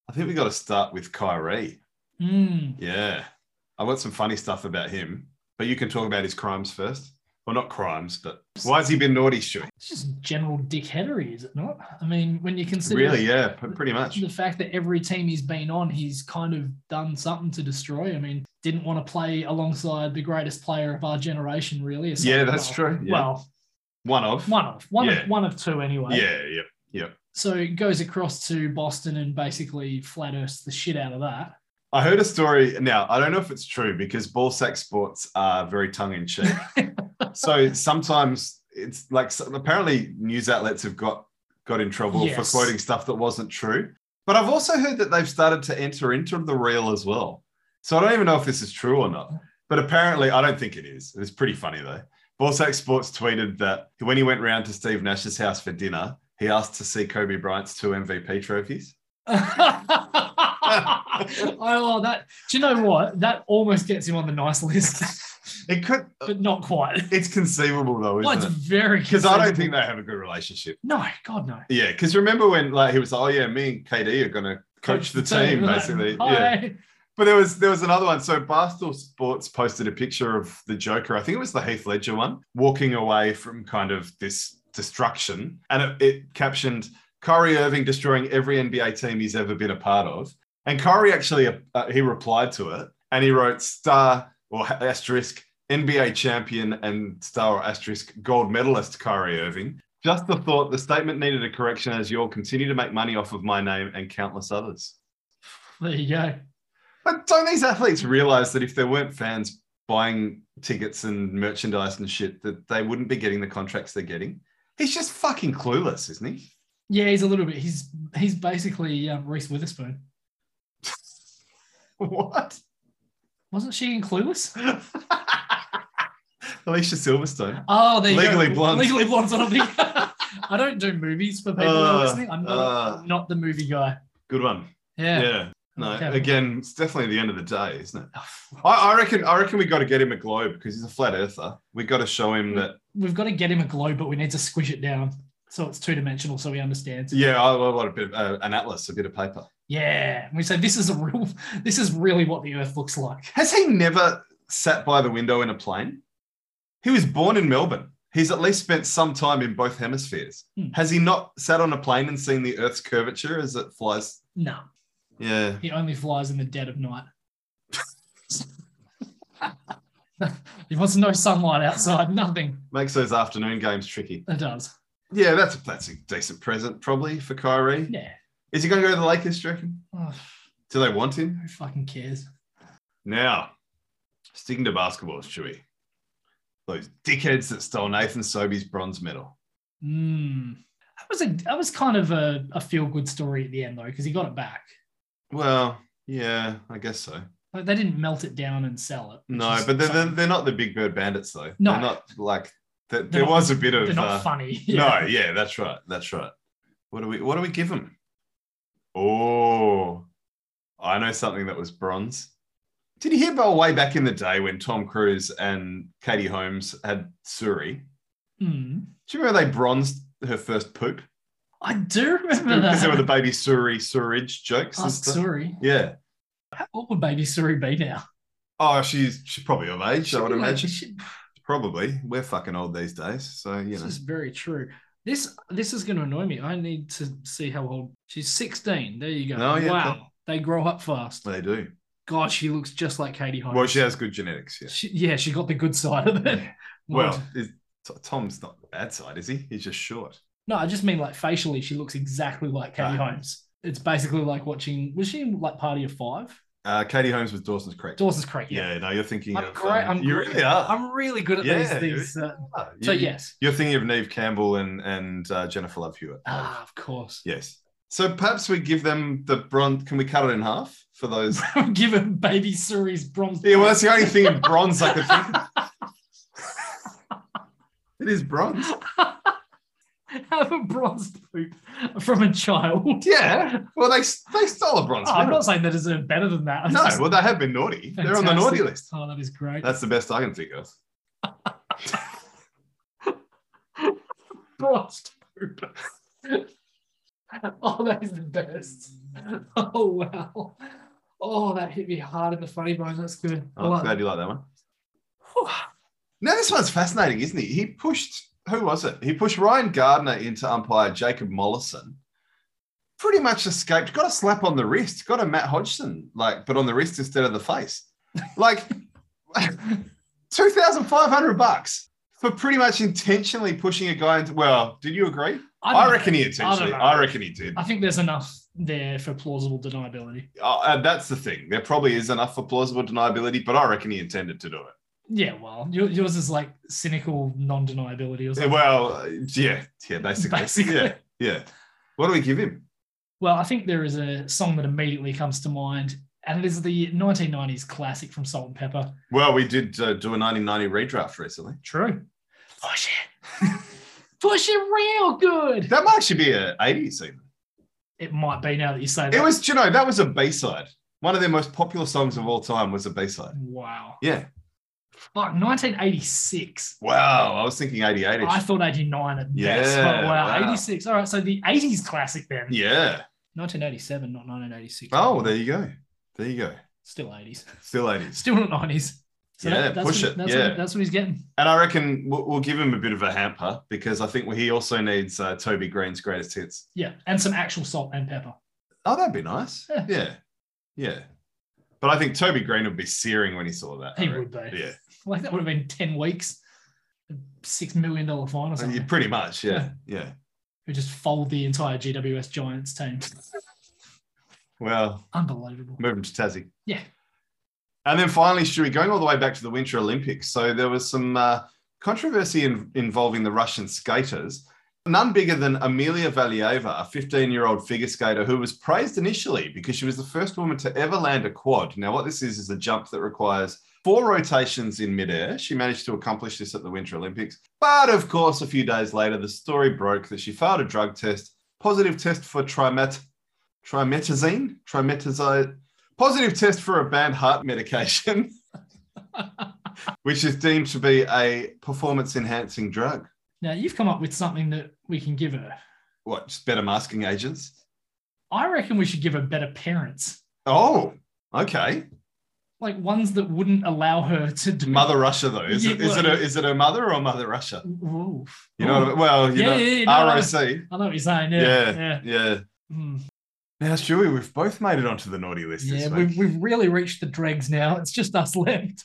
Speaker 1: I think we got to start with Kyrie.
Speaker 2: Mm.
Speaker 1: Yeah. I've got some funny stuff about him, but you can talk about his crimes first. Well, not crimes, but why has he been naughty, Stewie?
Speaker 2: It's just general dickheadery, is it not? I mean, when you consider
Speaker 1: Really? Yeah, p- pretty much.
Speaker 2: the fact that every team he's been on, he's kind of done something to destroy. I mean, didn't want to play alongside the greatest player of our generation, really. aside-
Speaker 1: Yeah, that's
Speaker 2: well,
Speaker 1: true. Yeah.
Speaker 2: Well,
Speaker 1: One of.
Speaker 2: one of one
Speaker 1: Yeah.
Speaker 2: of one of two anyway.
Speaker 1: Yeah, yeah.
Speaker 2: So it goes across to Boston and basically flat earths the shit out of that.
Speaker 1: I heard a story. Now, I don't know if it's true because ball sack sports are very tongue in cheek. so sometimes it's like so- apparently news outlets have got got in trouble
Speaker 2: Yes.
Speaker 1: for quoting stuff that wasn't true. But I've also heard that they've started to enter into the real as well. So I don't even know if this is true or not. But apparently, I don't think it is. It's pretty funny though. Ballsack Sports tweeted that when he went round to Steve Nash's house for dinner, he asked to see Kobe Bryant's two MVP trophies.
Speaker 2: oh, well, that. Do you know what? That almost gets him on the nice list,
Speaker 1: It could.
Speaker 2: but not quite.
Speaker 1: It's conceivable though,
Speaker 2: Well,
Speaker 1: Oh, isn't
Speaker 2: it's
Speaker 1: it?
Speaker 2: very
Speaker 1: Because I don't
Speaker 2: conceivable.
Speaker 1: think they have a good relationship.
Speaker 2: No, God no.
Speaker 1: Yeah, because remember when like he was like, oh yeah, me and KD are gonna coach, the, team, basically. Yeah.
Speaker 2: Hi.
Speaker 1: But there was there was another one. So Barstool Sports posted a picture of the Joker. I think it was the Heath Ledger one, walking away from kind of this destruction, and it, it captioned Kyrie Irving destroying every NBA team he's ever been a part of. And Kyrie actually uh, he replied to it, and he wrote star or ha- asterisk NBA champion and star or asterisk gold medalist Kyrie Irving. Just the thought, the statement needed a correction as you all continue to make money off of my name and countless others.
Speaker 2: There you go.
Speaker 1: But don't these athletes realize that if there weren't fans buying tickets and merchandise and shit, that they wouldn't be getting the contracts they're getting? He's just fucking clueless, isn't he?
Speaker 2: Yeah, he's a little bit. He's he's basically um, Reese Witherspoon.
Speaker 1: What?
Speaker 2: Wasn't she in Clueless?
Speaker 1: Alicia Silverstone.
Speaker 2: Oh, there you
Speaker 1: Legally
Speaker 2: go.
Speaker 1: Blonde.
Speaker 2: Legally blonde. I don't think. I don't do movies for people who
Speaker 1: Uh,
Speaker 2: are listening. I'm not,
Speaker 1: uh.
Speaker 2: not the movie guy.
Speaker 1: Good one. Yeah.
Speaker 2: Yeah.
Speaker 1: No,
Speaker 2: Okay.
Speaker 1: again, it's definitely the end of the day, isn't it?
Speaker 2: Oh,
Speaker 1: I, I reckon. I reckon we got to get him a globe because he's a flat earther. We got to show
Speaker 2: Hmm.
Speaker 1: him that.
Speaker 2: We've got to get him a globe, but we need to squish it down so it's two dimensional, so he understands.
Speaker 1: Yeah, I, I want a bit of uh, an atlas, a bit of paper.
Speaker 2: Yeah. We say this is a real. This is really what the Earth looks like.
Speaker 1: Has he never sat by the window in a plane? He was born in Melbourne. He's at least spent some time in both hemispheres.
Speaker 2: Hmm.
Speaker 1: Has he not sat on a plane and seen the Earth's curvature as it flies?
Speaker 2: No,
Speaker 1: Yeah.
Speaker 2: he only flies in the dead of night. he wants no sunlight outside. Nothing.
Speaker 1: Makes those afternoon games tricky.
Speaker 2: It does.
Speaker 1: Yeah, that's a, that's a decent present, probably, for Kyrie.
Speaker 2: Yeah.
Speaker 1: Is he going to go to the Lakers, do you reckon?
Speaker 2: Oh,
Speaker 1: Do they want him?
Speaker 2: who fucking cares?
Speaker 1: Now, sticking to basketball, Chewy. Those dickheads that stole Nathan Sobey's bronze medal.
Speaker 2: Mm. That was a that was kind of a, a feel good story at the end though, because he got it back.
Speaker 1: Well, yeah, I guess so.
Speaker 2: Like they didn't melt it down and sell it. which
Speaker 1: No,
Speaker 2: is
Speaker 1: but they're, they're,
Speaker 2: something-
Speaker 1: they're not the big bird bandits though.
Speaker 2: No.
Speaker 1: they're not like th-
Speaker 2: They're
Speaker 1: there
Speaker 2: not-
Speaker 1: was a bit of
Speaker 2: they're not
Speaker 1: uh,
Speaker 2: funny.
Speaker 1: no, yeah, that's right, that's right. What do we what do we give them? Oh, I know something that was bronze. Did you hear about way back in the day when Tom Cruise and Katie Holmes had Suri?
Speaker 2: Mm.
Speaker 1: Do you remember they bronzed her first poop
Speaker 2: I do remember
Speaker 1: because there were the
Speaker 2: that. Oh,
Speaker 1: baby Suri Surridge jokes? And
Speaker 2: Ask
Speaker 1: stuff?
Speaker 2: Suri.
Speaker 1: Yeah.
Speaker 2: What would baby Suri be now?
Speaker 1: Oh, she's she's probably of age, I would
Speaker 2: Like,
Speaker 1: imagine.
Speaker 2: she-
Speaker 1: Probably. We're fucking old these days, so you
Speaker 2: This
Speaker 1: know.
Speaker 2: is very true. This this is going to annoy me. I need to see how old she's. Sixteen. There you go.
Speaker 1: Oh, yeah,
Speaker 2: wow, they grow up fast.
Speaker 1: They do.
Speaker 2: God, she looks just like Katie Holmes.
Speaker 1: Well, she has good genetics. Yeah.
Speaker 2: She- yeah, she got the good side of it.
Speaker 1: Well, is, T- Tom's not the bad side, is he? He's just short.
Speaker 2: no, I just mean like facially, she looks exactly like Katie
Speaker 1: Right.
Speaker 2: Holmes. It's basically like watching. Was she in like Party of Five?
Speaker 1: Uh, Katie Holmes with Dawson's Creek.
Speaker 2: Dawson's Creek. Yeah,
Speaker 1: yeah. no, you're thinking
Speaker 2: I'm
Speaker 1: of. um,
Speaker 2: great- I'm
Speaker 1: you
Speaker 2: great.
Speaker 1: really are.
Speaker 2: I'm really good at
Speaker 1: Yeah,
Speaker 2: these things. uh,
Speaker 1: Ah,
Speaker 2: so
Speaker 1: you-
Speaker 2: yes,
Speaker 1: You're thinking of Neve Campbell and and uh, Jennifer Love Hewitt.
Speaker 2: ah, of course.
Speaker 1: Yes. So perhaps we give them the bronze. Can we cut it in half for those?
Speaker 2: Give him baby Suri's bronze.
Speaker 1: yeah, well, that's the only thing in bronze I could think of. It is bronze.
Speaker 2: Have a bronze poop from a child.
Speaker 1: Yeah. Well, they they stole a bronze.
Speaker 2: Oh, I'm
Speaker 1: medal.
Speaker 2: not saying they deserve better than that. I'm
Speaker 1: No,
Speaker 2: just-
Speaker 1: well, they have been naughty. They're on the naughty
Speaker 2: Fantastic.
Speaker 1: list.
Speaker 2: Oh, that is great.
Speaker 1: That's the best I can think of.
Speaker 2: bronze poop. oh, that is the best. Oh wow. Oh, that hit me hard in the funny bone. That's good. I
Speaker 1: Oh,
Speaker 2: like
Speaker 1: glad you like that one.
Speaker 2: that.
Speaker 1: Now, this one's fascinating, isn't he? He pushed, who was it? He pushed Ryan Gardner into umpire Jacob Mollison. Pretty much escaped, got a slap on the wrist, got a Matt Hodgson, like, but on the wrist instead of the face. Like, 2,500 bucks for pretty much intentionally pushing a guy into, well, did you agree?
Speaker 2: I,
Speaker 1: I,
Speaker 2: don't
Speaker 1: reckon he
Speaker 2: know. I don't
Speaker 1: intentionally,
Speaker 2: know.
Speaker 1: I, reckon he did.
Speaker 2: I think there's enough there for plausible deniability.
Speaker 1: Uh, and that's the thing. There probably is enough for plausible deniability, but I reckon he intended to do it.
Speaker 2: Yeah, well, your- yours is like cynical non-deniability or
Speaker 1: Yeah,
Speaker 2: something.
Speaker 1: Well, uh, yeah, yeah, basically.
Speaker 2: basically.
Speaker 1: Yeah, yeah. What do we give him?
Speaker 2: Well, I think there is a song that immediately comes to mind, and it is the 1990s classic from Salt and Pepper.
Speaker 1: Well, we did uh, do a 1990 redraft recently.
Speaker 2: True. Push it. Push it real good.
Speaker 1: That might actually be a 80s even.
Speaker 2: It might be now that you say that.
Speaker 1: It was, do you know, that was a B side. One of their most popular songs of all time was a B side.
Speaker 2: wow.
Speaker 1: Yeah.
Speaker 2: Fuck, 1986.
Speaker 1: Wow. I was thinking 88.
Speaker 2: I thought 89 at
Speaker 1: Yeah,
Speaker 2: best. But wow,
Speaker 1: wow.
Speaker 2: 86. All right, so the 80s classic then.
Speaker 1: Yeah.
Speaker 2: 1987, not 1986.
Speaker 1: Oh, there you go. There you go.
Speaker 2: Still 80s.
Speaker 1: Still 80s.
Speaker 2: Still not 90s.
Speaker 1: Yeah,
Speaker 2: that's
Speaker 1: push
Speaker 2: what,
Speaker 1: it,
Speaker 2: That's,
Speaker 1: yeah.
Speaker 2: what, that's what he's getting.
Speaker 1: And I reckon we'll, we'll give him a bit of a hamper because I think he also needs uh, Toby Green's greatest hits.
Speaker 2: Yeah, and some actual salt and pepper.
Speaker 1: Oh, that'd be nice.
Speaker 2: Yeah.
Speaker 1: Yeah. Yeah. But I think Toby Green would be searing when he saw that. I
Speaker 2: He
Speaker 1: reckon.
Speaker 2: would be.
Speaker 1: Yeah.
Speaker 2: Like that would have been 10 weeks, a $6 million fine or
Speaker 1: Uh,
Speaker 2: something.
Speaker 1: yeah, Pretty much. Yeah. Yeah.
Speaker 2: Who just fold the entire GWS Giants team.
Speaker 1: Well,
Speaker 2: Unbelievable.
Speaker 1: move him to Tassie.
Speaker 2: Yeah.
Speaker 1: And then finally, Stewie, going all the way back to the Winter Olympics. So there was some uh, controversy in, involving the Russian skaters. None bigger than Amelia Valieva, a 15 year old figure skater who was praised initially because she was the first woman to ever land a quad. Now, what this is, is a jump that requires four rotations in midair. She managed to accomplish this at the Winter Olympics. But of course, a few days later, the story broke that she failed a drug test, positive test for trimet- trimetazine, trimetazide, positive test for a banned heart medication, which is deemed to be a performance enhancing drug.
Speaker 2: Now, you've come up with something that we can give her.
Speaker 1: What, just better masking agents?
Speaker 2: I reckon we should give her better parents,
Speaker 1: Oh, okay.
Speaker 2: like ones that wouldn't allow her to do.
Speaker 1: Mother Russia, though. Is, it,
Speaker 2: Yeah,
Speaker 1: is, it,
Speaker 2: well-
Speaker 1: a, is it a mother or Mother Russia?
Speaker 2: Oof.
Speaker 1: You know, what I mean? well, you
Speaker 2: Yeah,
Speaker 1: know,
Speaker 2: yeah, yeah, no, no.
Speaker 1: ROC.
Speaker 2: I know what you're saying. Yeah.
Speaker 1: Yeah.
Speaker 2: Yeah. yeah.
Speaker 1: Yeah.
Speaker 2: Mm.
Speaker 1: Now, Stewie, we've both made it onto the naughty list
Speaker 2: Yeah,
Speaker 1: this
Speaker 2: we've,
Speaker 1: week.
Speaker 2: we've really reached the dregs now. It's just us left.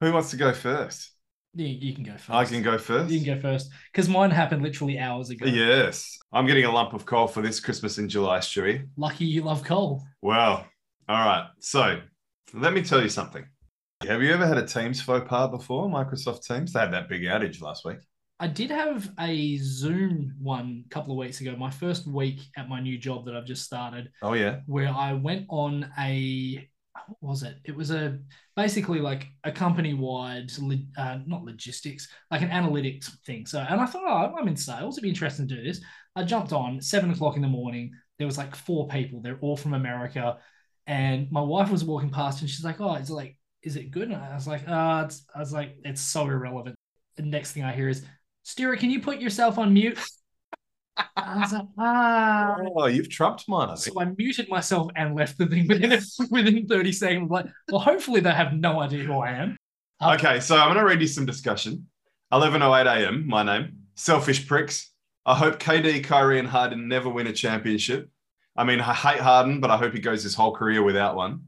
Speaker 1: Who wants to go first?
Speaker 2: You, you can go first.
Speaker 1: I can go first.
Speaker 2: You can go first because mine happened literally hours ago.
Speaker 1: Yes. I'm getting a lump of coal for this Christmas in July, Stewie.
Speaker 2: Lucky you love coal.
Speaker 1: Wow. All right. So let me tell you something. Have you ever had a Teams faux pas before? Microsoft Teams? They had that big outage last week.
Speaker 2: I did have a Zoom one a couple of weeks ago, my first week at my new job that I've just started,
Speaker 1: Oh, yeah.
Speaker 2: where I went on a what was it? It was a basically like a company wide, uh, not logistics, like an analytics thing. So, and I thought, oh, I'm in sales. It'd be interesting to do this. I jumped on seven o'clock in the morning. There was like four people. They're all from America, and my wife was walking past, and she's like, "Oh, it's like, is it good?" And I was like, "Ah, it's." I was like, "It's so irrelevant." The next thing I hear is, "Steerer, can you put yourself on mute?" I was like, "Ah."
Speaker 1: Oh, you've trumped mine. I think.
Speaker 2: So I muted myself and left the thing within within 30 seconds. Like, well, hopefully they have no idea who I am.
Speaker 1: oh Okay. So I'm going to read you some discussion. 11.08 a.m. My name. Selfish pricks. I hope KD, Kyrie, and Harden never win a championship. I mean, I hate Harden, but I hope he goes his whole career without one.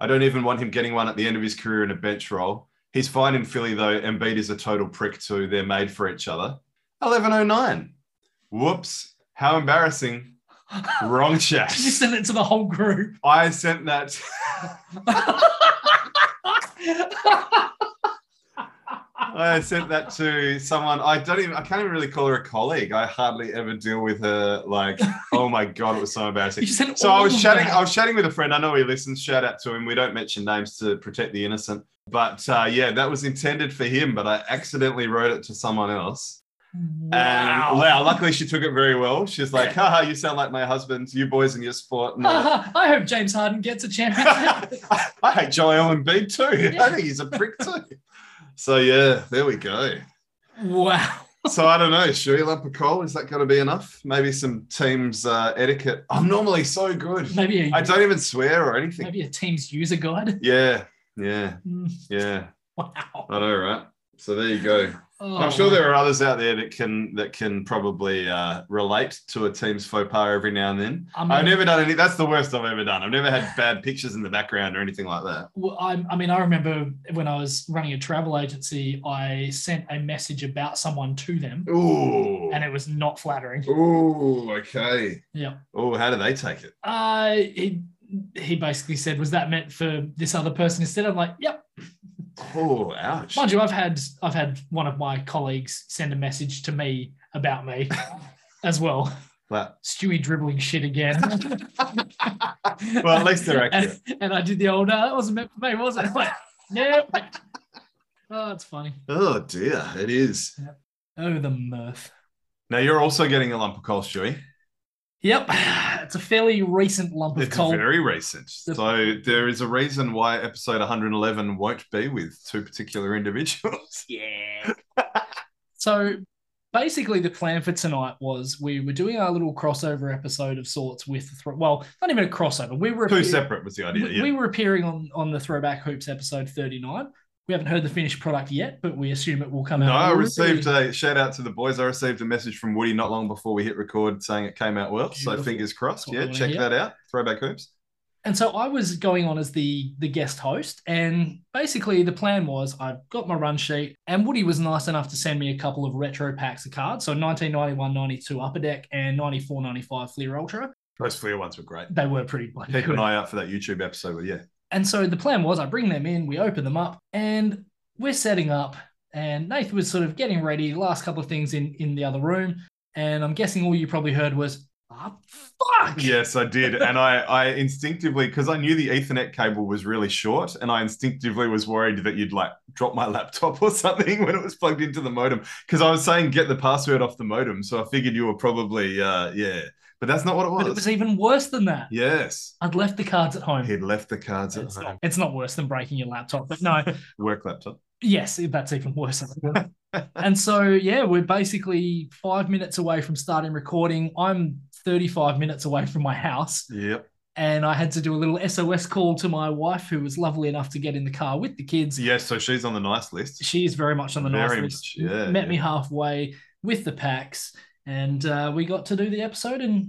Speaker 1: I don't even want him getting one at the end of his career in a bench role. He's fine in Philly, though. Embiid is a total prick, too. They're made for each other. 1109. Whoops. How embarrassing. Wrong chat.
Speaker 2: You sent it to the whole group.
Speaker 1: I sent that. I sent that to someone. I don't even. I can't even really call her a colleague. I hardly ever deal with her. Like, oh my god, it was so embarrassing.
Speaker 2: you sent
Speaker 1: So I
Speaker 2: all
Speaker 1: was
Speaker 2: of
Speaker 1: chatting.
Speaker 2: that.
Speaker 1: I was chatting with a friend. I know he listens. Shout out to him. We don't mention names to protect the innocent. But uh, yeah, that was intended for him. But I accidentally wrote it to someone else.
Speaker 2: Wow.
Speaker 1: And wow, luckily she took it very well. She's like, haha, you sound like my husband. You boys and your sport. And all that.
Speaker 2: I hope James Harden gets a championship.
Speaker 1: I hate Joel Embiid too. I think he's a prick too. So yeah, there we go.
Speaker 2: wow.
Speaker 1: So I don't know, should we lump a coal? Is that going to be enough? Maybe some team's uh, etiquette. I'm normally so good.
Speaker 2: Maybe a,
Speaker 1: I don't even swear or anything.
Speaker 2: maybe a team's user guide.
Speaker 1: Yeah, yeah,
Speaker 2: Mm,
Speaker 1: yeah.
Speaker 2: Wow.
Speaker 1: I know, right? So there you go.
Speaker 2: Oh,
Speaker 1: I'm sure there are others out there that can that can probably uh, relate to a team's faux pas every now and then.
Speaker 2: I mean-
Speaker 1: I've never done any. That's the worst I've ever done. I've never had bad pictures in the background or anything like that.
Speaker 2: Well, I, I mean, I remember when I was running a travel agency, I sent a message about someone to them,
Speaker 1: Ooh.
Speaker 2: and it was not flattering.
Speaker 1: Ooh. Okay.
Speaker 2: Yeah.
Speaker 1: Oh, how do they take it?
Speaker 2: Uh, he, he basically said, "Was that meant for this other person instead?" I'm like, "Yep."
Speaker 1: Oh, ouch.
Speaker 2: Mind you, I've had I've had one of my colleagues send a message to me about me as well.
Speaker 1: Like,
Speaker 2: Stewie dribbling shit again.
Speaker 1: well, at least they're accurate.
Speaker 2: and, and I did the old, "No, that wasn't meant for me, was it?" I'm like, nope. Oh, that's funny.
Speaker 1: Oh dear, it is.
Speaker 2: Oh, the mirth.
Speaker 1: Now you're also getting a lump of coal, Stewie.
Speaker 2: Yep, it's a fairly recent lump of
Speaker 1: It's
Speaker 2: coal.
Speaker 1: very recent, so there is a reason why episode 111 won't be with two particular individuals.
Speaker 2: yeah. so basically, the plan for tonight was we were doing our little crossover episode of sorts with the throw. Well, not even a crossover. We were
Speaker 1: Two separate was the idea.
Speaker 2: we,
Speaker 1: yeah.
Speaker 2: we were appearing on on the Throwback Hoops episode thirty nine. We haven't heard the finished product yet, but we assume it will come
Speaker 1: no,
Speaker 2: out.
Speaker 1: I
Speaker 2: really-
Speaker 1: received a shout out to the boys. I received a message from Woody not long before we hit record saying it came out well. So
Speaker 2: Beautiful.
Speaker 1: fingers crossed.
Speaker 2: That's what we
Speaker 1: Yeah,
Speaker 2: wanna
Speaker 1: check
Speaker 2: hear.
Speaker 1: that out. Throwback hoops.
Speaker 2: and so I was going on as the the guest host, and basically the plan was I got my run sheet, and Woody was nice enough to send me a couple of retro packs of cards, so 1991, 92 Upper Deck, and 94, 95 Fleer Ultra.
Speaker 1: Those Fleer ones were great.
Speaker 2: They were pretty bloody
Speaker 1: Keep
Speaker 2: good.
Speaker 1: an eye out for that YouTube episode. But yeah,
Speaker 2: And so the plan was I bring them in, we open them up, and we're setting up. And Nathan was sort of getting ready, last couple of things in in the other room. And I'm guessing all you probably heard was, ah, fuck.
Speaker 1: Yes, I did. And I, I instinctively, because I knew the Ethernet cable was really short, and I instinctively was worried that you'd like drop my laptop or something when it was plugged into the modem. Because I was saying get the password off the modem. So I figured you were probably, uh, yeah. But that's not what it was.
Speaker 2: But it was even worse than that.
Speaker 1: yes.
Speaker 2: I'd left the cards at home.
Speaker 1: He'd left the cards at
Speaker 2: It's
Speaker 1: home.
Speaker 2: not, it's not worse than breaking your laptop, but no,
Speaker 1: Work laptop.
Speaker 2: yes, that's even worse. and so, yeah, we're basically five minutes away from starting recording. I'm 35 minutes away from my house.
Speaker 1: Yep.
Speaker 2: and I had to do a little SOS call to my wife, who was lovely enough to get in the car with the kids.
Speaker 1: Yes. So she's on the nice list.
Speaker 2: She is very much on the
Speaker 1: Very
Speaker 2: nice list.
Speaker 1: much, yeah,
Speaker 2: Met
Speaker 1: yeah.
Speaker 2: me halfway with the packs, and uh, we got to do the episode and.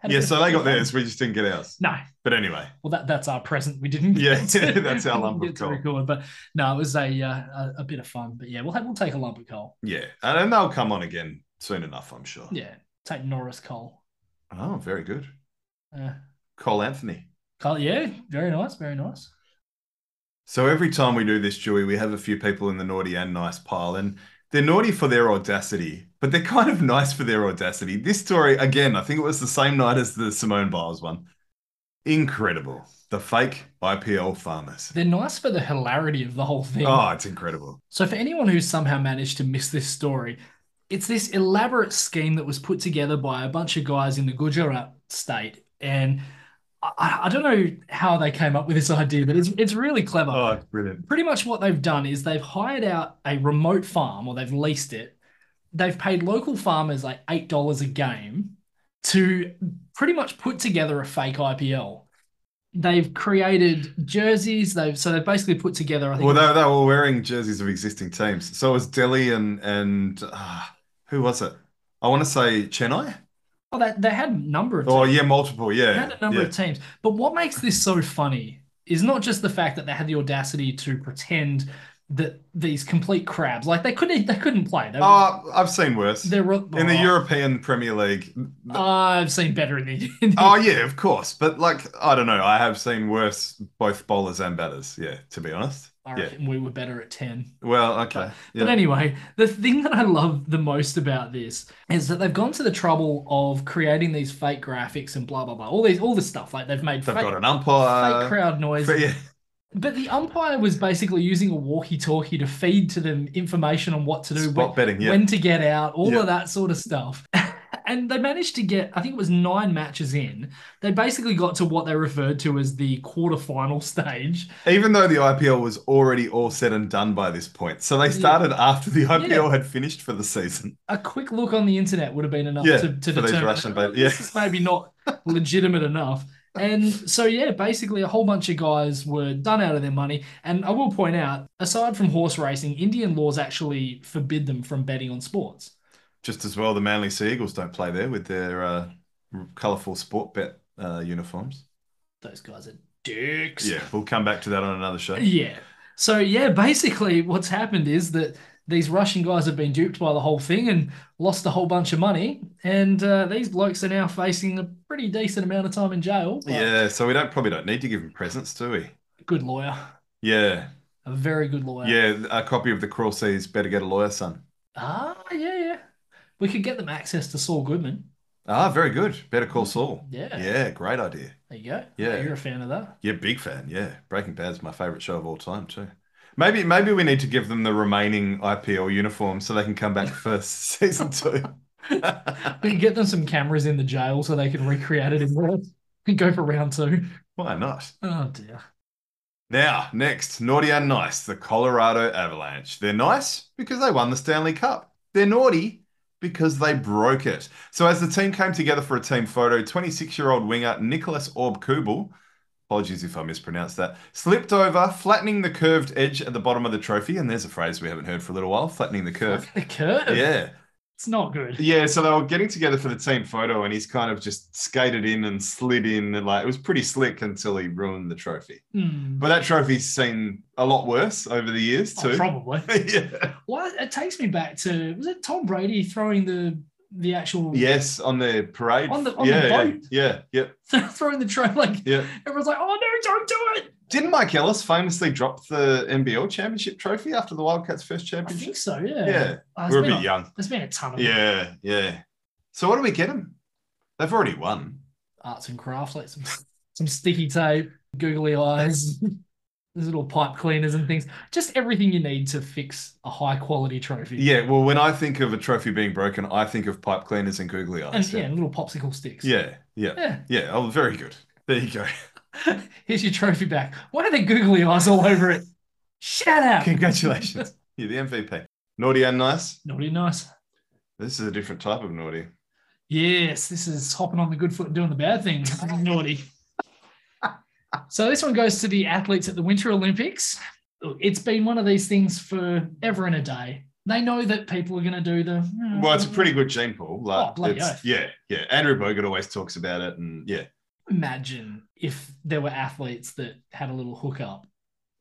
Speaker 2: had a
Speaker 1: Yeah.
Speaker 2: bit
Speaker 1: So
Speaker 2: of
Speaker 1: they got
Speaker 2: fun.
Speaker 1: theirs. We just didn't get ours.
Speaker 2: No,
Speaker 1: But anyway,
Speaker 2: well that that's our present. We didn't.
Speaker 1: Yeah,
Speaker 2: get to-
Speaker 1: that's our
Speaker 2: we
Speaker 1: lump
Speaker 2: didn't
Speaker 1: of
Speaker 2: get to
Speaker 1: coal.
Speaker 2: record, but no, it was a, uh, a a bit of fun. But yeah, we'll have, we'll take a lump of coal.
Speaker 1: yeah. And and they'll come on again soon enough, I'm sure.
Speaker 2: Yeah, take Norris coal.
Speaker 1: Oh, very good.
Speaker 2: Uh,
Speaker 1: Cole Anthony.
Speaker 2: coal. Yeah, very nice, very nice.
Speaker 1: So every time we do this, Dewey, we have a few people in the naughty and nice pile, and they're naughty for their audacity, but they're kind of nice for their audacity. This story, again, I think it was the same night as the Simone Biles one. Incredible. The fake IPL farmers.
Speaker 2: They're nice for the hilarity of the whole thing.
Speaker 1: Oh, it's incredible.
Speaker 2: So, for anyone who somehow managed to miss this story, it's this elaborate scheme that was put together by a bunch of guys in the Gujarat state. And I- I, I don't know how they came up with this idea, but it's, it's really clever.
Speaker 1: Oh, it's brilliant.
Speaker 2: Pretty much what they've done is they've hired out a remote farm or they've leased it. They've paid local farmers like $8 a game to pretty much put together a fake IPL. They've created jerseys. They've so they've basically put together. I think
Speaker 1: Well, they, they were wearing jerseys of existing teams. So it was Delhi and and uh, ah, who was it? I want to say Chennai.
Speaker 2: Oh, that they had a number of
Speaker 1: Oh yeah, multiple. Yeah,
Speaker 2: They had a number
Speaker 1: yeah.
Speaker 2: of teams. But what makes this so funny is not just the fact that they had the audacity to pretend that these complete crabs, like they couldn't, they couldn't play. They were,
Speaker 1: Oh, I've seen worse
Speaker 2: they were
Speaker 1: in the
Speaker 2: oh,
Speaker 1: European Premier League.
Speaker 2: I've seen better in the. in the-
Speaker 1: Oh yeah, of course. But like, I don't know. I have seen worse both bowlers and batters. Yeah, to be honest.
Speaker 2: I reckon we were better at ten.
Speaker 1: Well, okay. Yeah.
Speaker 2: But anyway, the thing that I love the most about this is that they've gone to the trouble of creating these fake graphics and blah blah blah, all these all this stuff. Like they've made
Speaker 1: They've
Speaker 2: fake,
Speaker 1: got uh, an
Speaker 2: fake
Speaker 1: umpire.
Speaker 2: crowd noise.
Speaker 1: But yeah,
Speaker 2: But the umpire was basically using a walkie-talkie to feed to them information on what to do,
Speaker 1: spot
Speaker 2: when,
Speaker 1: betting. Yeah.
Speaker 2: when to get out, all
Speaker 1: Yeah.
Speaker 2: of that sort of stuff. and they managed to get, I think it was nine matches in. They basically got to what they referred to as the quarterfinal stage.
Speaker 1: Even though the IPL was already all said and done by this point, so they started after the IPL had finished for the season.
Speaker 2: A quick look on the internet would have been enough
Speaker 1: Yeah,
Speaker 2: to, to
Speaker 1: for these
Speaker 2: determine
Speaker 1: Russian
Speaker 2: "Oh,
Speaker 1: ba-
Speaker 2: this
Speaker 1: yeah."
Speaker 2: is maybe not legitimate enough. And so, yeah, basically, a whole bunch of guys were done out of their money. And I will point out, aside from horse racing, Indian laws actually forbid them from betting on sports.
Speaker 1: Just as well, the Manly Sea Eagles don't play there with their uh, colourful sport bet uh, uniforms.
Speaker 2: those guys are dicks.
Speaker 1: Yeah, we'll come back to that on another show.
Speaker 2: Yeah. So yeah, basically what's happened is that these Russian guys have been duped by the whole thing and lost a whole bunch of money. And uh, these blokes are now facing a pretty decent amount of time in jail. But
Speaker 1: Yeah, so we don't probably don't need to give them presents, do we?
Speaker 2: Good lawyer.
Speaker 1: Yeah,
Speaker 2: A very good lawyer.
Speaker 1: yeah. A copy of the Cruel Seas. Better get a lawyer, son.
Speaker 2: Ah, yeah, yeah. We could get them access to Saul Goodman.
Speaker 1: Ah, very good. Better call Saul.
Speaker 2: Yeah.
Speaker 1: Yeah, great idea.
Speaker 2: There you go.
Speaker 1: Yeah.
Speaker 2: You're a fan of that.
Speaker 1: Yeah, big fan. Yeah, Breaking Bad's my favorite show of all time too. Maybe maybe we need to give them the remaining IPL uniforms so they can come back for season two.
Speaker 2: We could get them some cameras in the jail so they can recreate it in real. Go for round two.
Speaker 1: Why not?
Speaker 2: Oh dear.
Speaker 1: Now, next, naughty and nice, the Colorado Avalanche. They're nice because they won the Stanley Cup. They're naughty because they broke it. So, as the team came together for a team photo, 26 year old winger Nicholas Orb Kubel, apologies if I mispronounced that, slipped over, flattening the curved edge at the bottom of the trophy. And there's a phrase we haven't heard for a little while flattening the curve.
Speaker 2: The curve.
Speaker 1: Yeah.
Speaker 2: It's not good.
Speaker 1: Yeah, so they were getting together for the team photo, and he's kind of just skated in and slid in, and like it was pretty slick until he ruined the trophy.
Speaker 2: Hmm.
Speaker 1: But that trophy's seen a lot worse over the years
Speaker 2: Oh,
Speaker 1: too.
Speaker 2: probably.
Speaker 1: yeah.
Speaker 2: Well, it takes me back to was it Tom Brady throwing the the actual
Speaker 1: Yes, on the parade.
Speaker 2: On the- on the
Speaker 1: yeah, yeah,
Speaker 2: boat.
Speaker 1: yeah, yeah,
Speaker 2: throwing the trophy like
Speaker 1: yeah.
Speaker 2: everyone's like oh no don't do it
Speaker 1: Didn't Mike Ellis famously drop the NBL championship trophy after the Wildcats' first
Speaker 2: I
Speaker 1: championship?
Speaker 2: think so yeah
Speaker 1: Yeah,
Speaker 2: Oh, there's
Speaker 1: we we're a
Speaker 2: been
Speaker 1: bit young.
Speaker 2: there's been a ton of
Speaker 1: Yeah, yeah. So what do we get them? They've already won.
Speaker 2: arts and crafts like some some sticky tape googly eyes there's little pipe cleaners and things just everything you need to fix a high quality trophy
Speaker 1: Yeah. Well, when I think of a trophy being broken, I think of pipe cleaners and googly
Speaker 2: and
Speaker 1: eyes.
Speaker 2: yeah, little popsicle sticks
Speaker 1: Yeah, yeah,
Speaker 2: yeah
Speaker 1: yeah. Oh, very good. There you go.
Speaker 2: here's your trophy back why are there googly eyes all over it shut up
Speaker 1: Congratulations. You're the MVP. Naughty and nice.
Speaker 2: naughty nice
Speaker 1: This is a different type of naughty.
Speaker 2: Yes, this is hopping on the good foot and doing the bad thing. Naughty. so this one goes to the athletes at the Winter Olympics. Look, It's been one of these things for ever and a day. They know that people are going to do the. um,
Speaker 1: Well, it's a pretty good gene pool. Like,
Speaker 2: Oh, bloody
Speaker 1: it's-
Speaker 2: oath.
Speaker 1: yeah, yeah. Andrew Bogut always talks about it, and yeah,
Speaker 2: Imagine if there were athletes that had a little hookup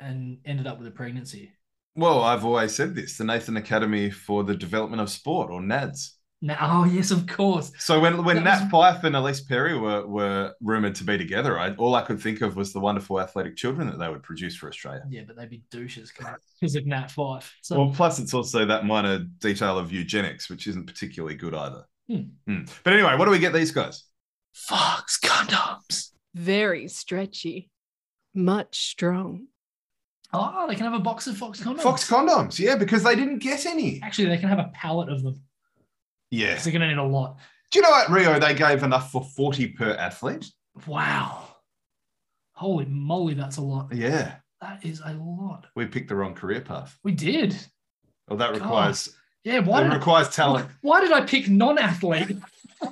Speaker 2: and ended up with a pregnancy.
Speaker 1: Well, I've always said this the Nathan Academy for the Development of Sport or NADS.
Speaker 2: Now, oh yes, of course.
Speaker 1: So when when
Speaker 2: That was-
Speaker 1: Nat Fife and Elise Perry were were rumored to be together, I, all I could think of was the wonderful athletic children that they would produce for Australia.
Speaker 2: Yeah, but they'd be douches because of Nat Five. So
Speaker 1: Well, plus it's also that minor detail of eugenics, which isn't particularly good either.
Speaker 2: Hmm.
Speaker 1: Hmm. But anyway, what do we get these guys?
Speaker 2: Fox condoms.
Speaker 4: Very stretchy. Much strong.
Speaker 2: Oh, they can have a box of Fox condoms.
Speaker 1: Fox condoms, yeah, because they didn't get any.
Speaker 2: Actually, they can have a pallet of them.
Speaker 1: Yeah.
Speaker 2: because They're going to need a lot.
Speaker 1: Do you know at Rio they gave enough for forty per athlete?
Speaker 2: Wow. Holy moly, that's a lot.
Speaker 1: Yeah.
Speaker 2: That is a lot.
Speaker 1: we picked the wrong career path.
Speaker 2: We did.
Speaker 1: Well, that
Speaker 2: God,
Speaker 1: requires
Speaker 2: Yeah, why
Speaker 1: it
Speaker 2: did,
Speaker 1: requires talent.
Speaker 2: why did I pick non-athlete?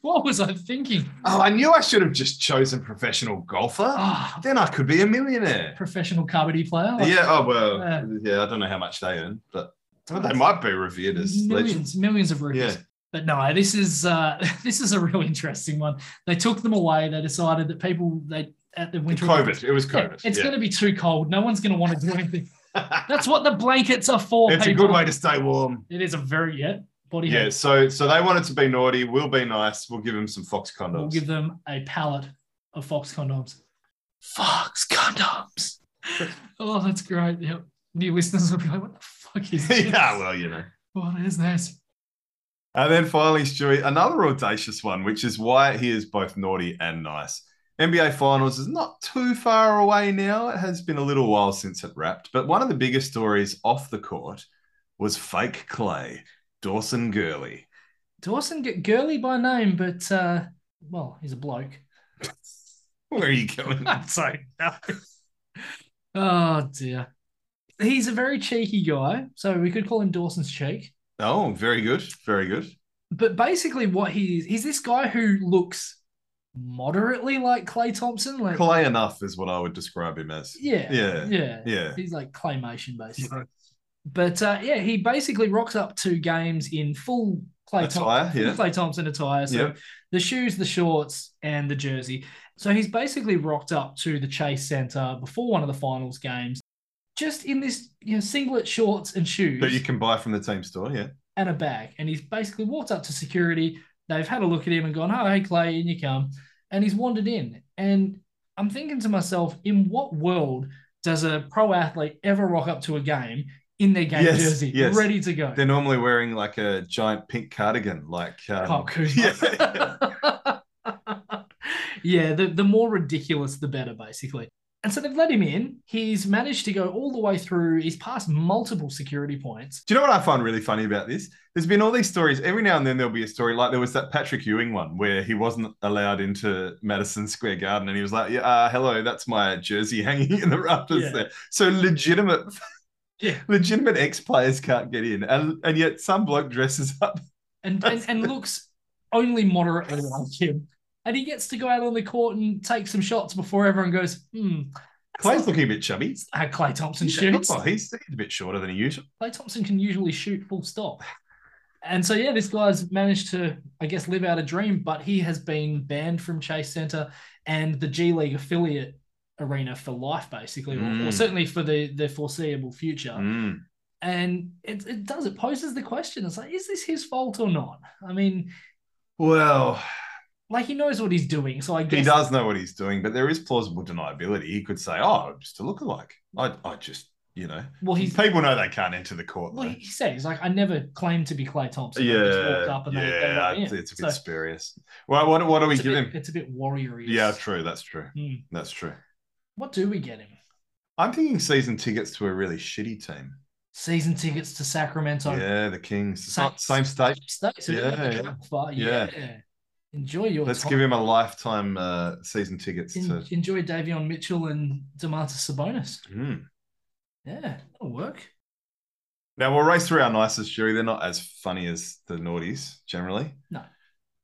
Speaker 2: what was I thinking?
Speaker 1: Oh, I knew I should have just chosen professional golfer.
Speaker 2: Ah,
Speaker 1: Then I could be a millionaire.
Speaker 2: professional kabaddi player. Like,
Speaker 1: Yeah. Oh well.
Speaker 2: Yeah.
Speaker 1: Yeah. I don't know how much they earn, but well, they might be revered as legends.
Speaker 2: millions, millions of rupees.
Speaker 1: Yeah.
Speaker 2: But no, this is uh, this is a real interesting one. They took them away. They decided that people they at the winter
Speaker 1: COVID. It was
Speaker 2: Yeah,
Speaker 1: COVID.
Speaker 2: it's
Speaker 1: yeah.
Speaker 2: going to be too cold. No one's going to want to do anything. That's what the blankets are for.
Speaker 1: it's a
Speaker 2: people.
Speaker 1: good way to stay warm.
Speaker 2: It is a very yeah body.
Speaker 1: Yeah.
Speaker 2: heat.
Speaker 1: So so they wanted to be naughty. We'll be nice. We'll give them some fox condoms.
Speaker 2: We'll give them a pallet of Fox condoms. Fox condoms. oh, that's great. Yep. New listeners will be like, what the fuck is this?
Speaker 1: yeah. Well, you know.
Speaker 2: What is this?
Speaker 1: And then finally, Stewie, another audacious one, which is why he is both naughty and nice. NBA Finals is not too far away now. It has been a little while since it wrapped, but one of the biggest stories off the court was fake Clay, Dawson Gurley.
Speaker 2: Dawson get girly by name, but uh, well, he's a bloke.
Speaker 1: Where are you going?
Speaker 2: so no. Oh dear. He's a very cheeky guy, so we could call him Dawson's cheek.
Speaker 1: oh, very good, very good.
Speaker 2: But basically, what he is, he's this guy who looks moderately like Clay Thompson. Like,
Speaker 1: Clay enough is what I would describe him as.
Speaker 2: yeah,
Speaker 1: Yeah.
Speaker 2: yeah,
Speaker 1: Yeah,
Speaker 2: He's like claymation basically. But uh, yeah, he basically rocks up to games in full Clay,
Speaker 1: Attire,
Speaker 2: full
Speaker 1: yeah.
Speaker 2: Clay Thompson attire. So
Speaker 1: Yeah.
Speaker 2: the shoes, the shorts, and the jersey. So he's basically rocked up to the Chase Center before one of the finals games, just in this you know singlet, shorts, and shoes
Speaker 1: that you can buy from the team store. Yeah,
Speaker 2: and a bag. And he's basically walked up to security. They've had a look at him and gone, oh, hey, Clay, in you come. And he's wandered in. And I'm thinking to myself, in what world does a pro athlete ever rock up to a game in their game
Speaker 1: Yes,
Speaker 2: jersey,
Speaker 1: yes.
Speaker 2: ready to go?
Speaker 1: they're normally wearing like a giant pink cardigan, like um,
Speaker 2: Kyle Kuzma. Yeah, the, the more ridiculous, the better, basically. And so they've let him in. He's managed to go all the way through. He's passed multiple security points.
Speaker 1: Do you know what I find really funny about this? There's been all these stories. Every now and then there'll be a story like there was that Patrick Ewing one where he wasn't allowed into Madison Square Garden and he was like, "Yeah, uh, hello, that's my jersey hanging in the rafters
Speaker 2: Yeah.
Speaker 1: there." So legitimate,
Speaker 2: Yeah.
Speaker 1: legitimate ex players can't get in, and and yet some bloke dresses up.
Speaker 2: and and, and looks only moderately like him. And he gets to go out on the court and take some shots before everyone goes, hmm,
Speaker 1: Clay's looking a bit chubby.
Speaker 2: how Clay Thompson
Speaker 1: Yeah,
Speaker 2: shoots.
Speaker 1: oh, he's, he's a bit shorter than he usually.
Speaker 2: Clay Thompson can usually shoot full stop. And so, yeah, this guy's managed to, I guess, live out a dream, but he has been banned from Chase Center and the G League affiliate arena for life, basically, or- or,
Speaker 1: Mm.
Speaker 2: certainly for the, the foreseeable future.
Speaker 1: Mm.
Speaker 2: And it, it does, it poses the question it's like, is this his fault or not? I mean,
Speaker 1: Well,
Speaker 2: like he knows what he's doing. So I guess
Speaker 1: he does know what he's doing, but there is plausible deniability. He could say, "Oh, I'm just a lookalike. I, I just, you know."
Speaker 2: Well, he's
Speaker 1: People know they can't enter the court.
Speaker 2: well,
Speaker 1: though.
Speaker 2: he he said he's like I never claimed to be Clay Thompson. I just
Speaker 1: yeah,
Speaker 2: walked up and they- they
Speaker 1: yeah,
Speaker 2: let me in.
Speaker 1: it's a bit
Speaker 2: So
Speaker 1: spurious. Well, what, what do we
Speaker 2: it's a
Speaker 1: give
Speaker 2: bit-
Speaker 1: him?
Speaker 2: It's a bit warrior
Speaker 1: Yeah, true. That's true.
Speaker 2: Hmm.
Speaker 1: That's true.
Speaker 2: What do we get him?
Speaker 1: I'm thinking season tickets to a really shitty team.
Speaker 2: Season tickets to Sacramento.
Speaker 1: yeah, the Kings. It's
Speaker 2: Same-
Speaker 1: not same state.
Speaker 2: States, so we don't have to
Speaker 1: Yeah,
Speaker 2: travel far.
Speaker 1: yeah.
Speaker 2: Yeah. Enjoy your
Speaker 1: Let's
Speaker 2: time.
Speaker 1: give him a lifetime uh, season tickets
Speaker 2: En-
Speaker 1: to.
Speaker 2: enjoy Davion Mitchell and Demarcus Sabonis.
Speaker 1: Hmm.
Speaker 2: Yeah, that'll work.
Speaker 1: Now we'll race through our nicest, Sherry. They're not as funny as the naughties generally.
Speaker 2: No.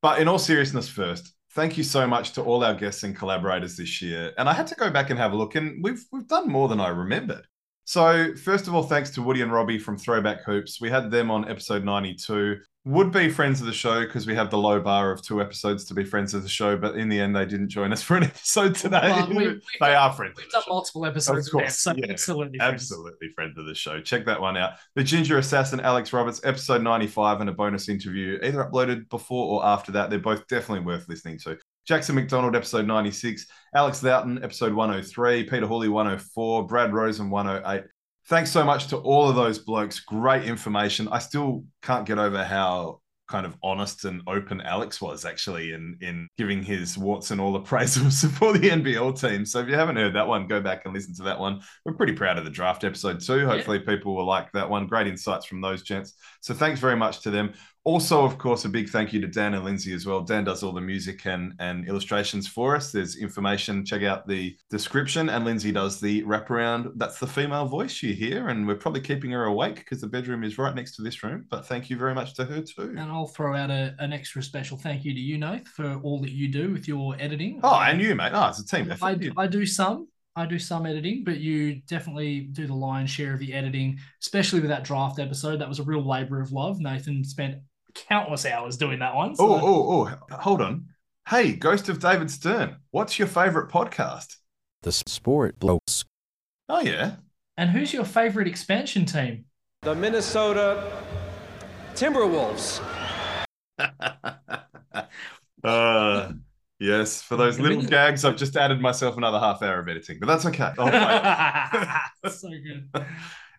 Speaker 1: But in all seriousness, first, thank you so much to all our guests and collaborators this year. And I had to go back and have a look, and we've we've done more than I remembered. So first of all, thanks to Woody and Robbie from Throwback Hoops. We had them on episode 92. Would be friends of the show because we have the low bar of two episodes to be friends of the show, but in the end, they didn't join us for an episode today.
Speaker 2: Well, we- we've
Speaker 1: they
Speaker 2: done-
Speaker 1: are friends. of
Speaker 2: We've
Speaker 1: the
Speaker 2: done
Speaker 1: show.
Speaker 2: multiple episodes.
Speaker 1: Of
Speaker 2: now,
Speaker 1: course,
Speaker 2: so
Speaker 1: yeah,
Speaker 2: absolutely. friends.
Speaker 1: Absolutely, friend of the show. Check that one out. The Ginger Assassin, Alex Roberts, episode 95, and a bonus interview, either uploaded before or after that. They're both definitely worth listening to. Jackson McDonald, episode 96, Alex Loughton, episode 103, Peter Hawley, 104, Brad Rosen, 108. Thanks so much to all of those blokes. Great information. I still can't get over how kind of honest and open Alex was actually in in giving his warts and all appraisals for the NBL team. So if you haven't heard that one, go back and listen to that one. We're pretty proud of the draft episode too. Hopefully people will like that one. Great insights from those gents. So thanks very much to them. Also, of course, a big thank you to Dan and Lindsay as well. Dan does all the music and, and illustrations for us. There's information. Check out the description. And Lindsay does the wraparound. That's the female voice you hear. And we're probably keeping her awake because the bedroom is right next to this room. But thank you very much to her too.
Speaker 2: And I'll throw out a, an extra special thank you to you, Noth, for all that you do with your editing.
Speaker 1: Oh, and you, mate. Oh, it's a team effort.
Speaker 2: I,
Speaker 1: You-
Speaker 2: I do some. I do some editing, but you definitely do the lion's share of the editing, especially with that draft episode. That was a real labor of love. Nathan spent countless hours doing that one. so-
Speaker 1: Oh, oh, oh, hold on. Hey, Ghost of David Stern, what's your favorite podcast?
Speaker 5: The sport blokes.
Speaker 1: Oh, yeah.
Speaker 2: And who's your favorite expansion team?
Speaker 6: The Minnesota Timberwolves.
Speaker 1: Uh, yes, for those little gags, I've just added myself another half hour of editing, but that's okay. I'll wait.
Speaker 2: so good.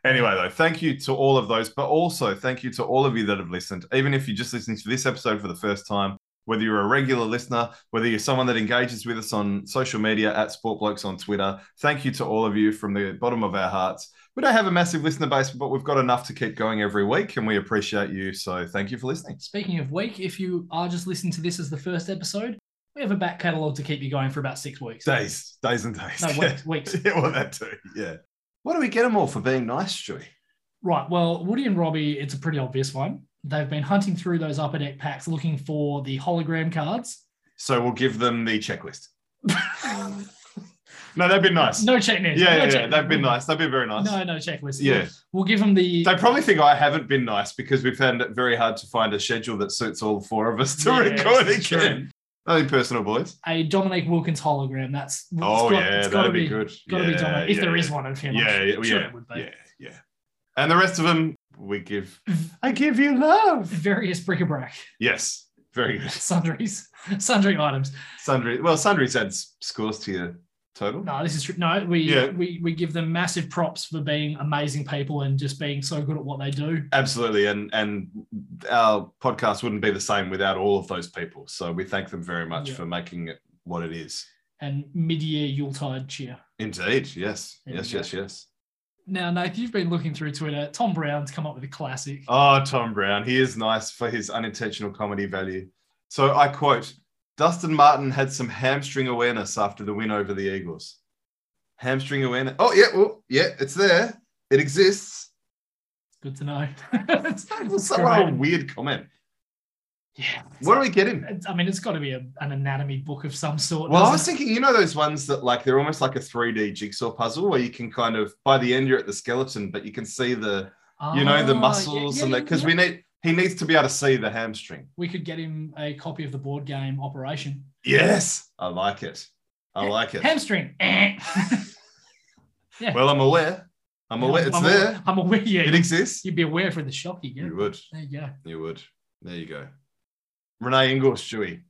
Speaker 1: Anyway, though, thank you to all of those, but also thank you to all of you that have listened. Even if you're just listening to this episode for the first time, whether you're a regular listener, whether you're someone that engages with us on social media at Sport Blokes on Twitter, thank you to all of you from the bottom of our hearts. We don't have a massive listener base, but we've got enough to keep going every week, and we appreciate you. So thank you for listening.
Speaker 2: Speaking of week, if you are just listening to this as the first episode, we have a back catalogue to keep you going for about six weeks.
Speaker 1: Days, days and days.
Speaker 2: No, weeks. weeks.
Speaker 1: yeah, well, that too. Yeah. What do we get them all for being nice, Stewie?
Speaker 2: Right. Well, Woody and Robbie, it's a pretty obvious one. They've been hunting through those upper deck packs looking for the hologram cards.
Speaker 1: So we'll give them the checklist. No, that'd be nice.
Speaker 2: No checklist.
Speaker 1: yeah,
Speaker 2: no
Speaker 1: yeah, yeah.
Speaker 2: checklist.
Speaker 1: That'd be nice. That'd be very nice.
Speaker 2: No, no checklist.
Speaker 1: Yeah.
Speaker 2: We'll give them the.
Speaker 1: They probably think I haven't been nice because we found it very hard to find a schedule that suits all four of us to
Speaker 2: Yeah,
Speaker 1: record
Speaker 2: it's true.
Speaker 1: again. Nothing personal, boys.
Speaker 2: a Dominic Wilkins hologram. That's it's
Speaker 1: oh,
Speaker 2: got-
Speaker 1: yeah,
Speaker 2: it's gotta
Speaker 1: that'd be, good.
Speaker 2: Got to
Speaker 1: yeah,
Speaker 2: be Dominic if
Speaker 1: yeah,
Speaker 2: there is
Speaker 1: yeah.
Speaker 2: one of him. I'm
Speaker 1: Yeah, yeah,
Speaker 2: sure- sure
Speaker 1: yeah,
Speaker 2: it would be.
Speaker 1: yeah, yeah. And the rest of them, we give. I give you love.
Speaker 2: Various bric-a-brac,
Speaker 1: Yes, very good.
Speaker 2: sundries, sundry items.
Speaker 1: Sundry. Well, Sundry's adds scores to your total.
Speaker 2: No, this is true. No, we
Speaker 1: Yeah.
Speaker 2: we we give them massive props for being amazing people and just being so good at what they do.
Speaker 1: Absolutely, and and our podcast wouldn't be the same without all of those people. So we thank them very much
Speaker 2: Yeah.
Speaker 1: for making it what it is.
Speaker 2: And mid-year Yuletide cheer.
Speaker 1: Indeed, yes,
Speaker 2: There
Speaker 1: yes,
Speaker 2: you go.
Speaker 1: yes, yes.
Speaker 2: Now, Nath, you've been looking through Twitter. Tom Brown's come up with a classic.
Speaker 1: Oh, Tom Brown, he is nice for his unintentional comedy value. So I quote: Dustin Martin had some hamstring awareness after the win over the Eagles. Hamstring awareness. Oh yeah, well yeah, it's there. It exists.
Speaker 2: Good to know. It's- it's
Speaker 1: So what a
Speaker 2: great.
Speaker 1: weird comment.
Speaker 2: yeah.
Speaker 1: Where do we get him?
Speaker 2: It's- I mean, it's got to be a, an anatomy book of some sort.
Speaker 1: Well, I was
Speaker 2: doesn't
Speaker 1: thinking, you know, those ones that like they're almost like a 3D jigsaw puzzle where you can kind of by the end you're at the skeleton, but you can see the
Speaker 2: it?
Speaker 1: you know the
Speaker 2: Ah, yeah,
Speaker 1: muscles
Speaker 2: yeah,
Speaker 1: and
Speaker 2: yeah,
Speaker 1: that because
Speaker 2: yeah.
Speaker 1: we need he needs to be able to see the hamstring.
Speaker 2: we could get him a copy of the board game Operation
Speaker 1: Yes, I like it. I like it.
Speaker 2: Hamstring. Eh.
Speaker 1: Well, I'm aware. I'm aware. It's
Speaker 2: I'm
Speaker 1: there.
Speaker 2: Aware, I'm aware. Yeah,
Speaker 1: It exists.
Speaker 2: you'd be aware for the shock you get.
Speaker 1: You would.
Speaker 2: There you go.
Speaker 1: You would. There you go. Renee Ingalls, Stewie.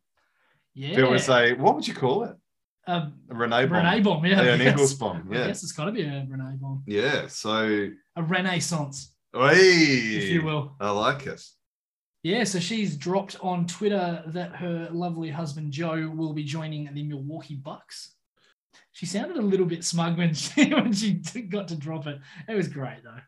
Speaker 2: Yeah.
Speaker 1: They would say, what would you call it?
Speaker 2: um,
Speaker 1: A Renee bomb.
Speaker 2: Renee bomb.
Speaker 1: Yeah,
Speaker 2: Yeah.
Speaker 1: an Ingalls bomb.
Speaker 2: I
Speaker 1: Yeah.
Speaker 2: guess it's got to be a Renee bomb.
Speaker 1: Yeah. So,
Speaker 2: A renaissance, if you
Speaker 1: hey,
Speaker 2: will.
Speaker 1: I like it.
Speaker 2: Yeah, so she's dropped on Twitter that her lovely husband Joe will be joining the Milwaukee Bucks. She sounded a little bit smug when she when she got to drop it. It was great though.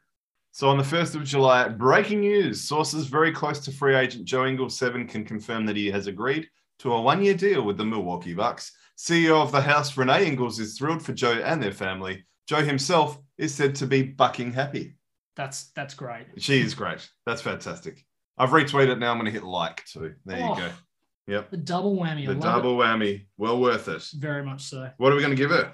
Speaker 1: So on the 1st of July, breaking news. Sources very close to free agent Joe Ingles 7 can confirm that he has agreed to a one-year deal with the Milwaukee Bucks. CEO of the house, Renee Ingles, is thrilled for Joe and their family. Joe himself is said to be bucking happy.
Speaker 2: That's that's great.
Speaker 1: She is great. That's fantastic. I've retweeted it now. I'm going to hit like too. There
Speaker 2: Oh,
Speaker 1: you go. Yep.
Speaker 2: The double whammy. I
Speaker 1: The
Speaker 2: love
Speaker 1: double whammy. Well worth it.
Speaker 2: It. Very much so.
Speaker 1: What are we going to give her?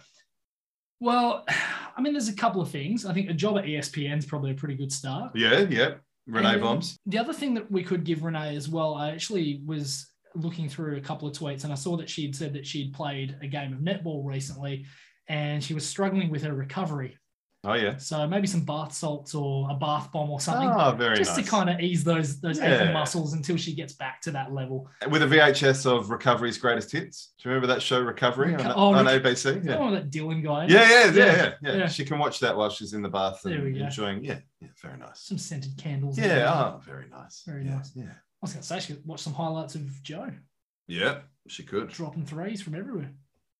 Speaker 2: Well, I mean, there's a couple of things. I think a job at E ESPN is probably a pretty good start.
Speaker 1: Yeah, yep. Renee
Speaker 2: And
Speaker 1: Bombs.
Speaker 2: The other thing that we could give Renee as well, I actually was looking through a couple of tweets and I saw that she'd said that she'd played a game of netball recently and she was struggling with her recovery.
Speaker 1: Oh, yeah.
Speaker 2: So maybe some bath salts or a bath bomb or something.
Speaker 1: Ah, very
Speaker 2: just
Speaker 1: nice.
Speaker 2: to kind of ease those those
Speaker 1: Yeah.
Speaker 2: aching muscles until she gets back to that level.
Speaker 1: with a VHS of Recovery's Greatest Hits. Do you remember that show, Recovery, on,
Speaker 2: Reco- oh,
Speaker 1: on
Speaker 2: Reco-
Speaker 1: ABC?
Speaker 2: Is that
Speaker 1: Yeah.
Speaker 2: one of that Dylan guy?
Speaker 1: Yeah, yeah, yeah,
Speaker 2: Yeah,
Speaker 1: yeah, yeah.
Speaker 2: yeah.
Speaker 1: She can watch that while she's in the bath and
Speaker 2: There we go.
Speaker 1: enjoying. Yeah, yeah, very nice.
Speaker 2: Some scented candles. and
Speaker 1: Yeah,
Speaker 2: everything.
Speaker 1: oh, very nice.
Speaker 2: Very
Speaker 1: yeah,
Speaker 2: nice.
Speaker 1: Yeah,
Speaker 2: I was going to say, she could watch some highlights of Joe
Speaker 1: yeah, she could.
Speaker 2: dropping threes from everywhere.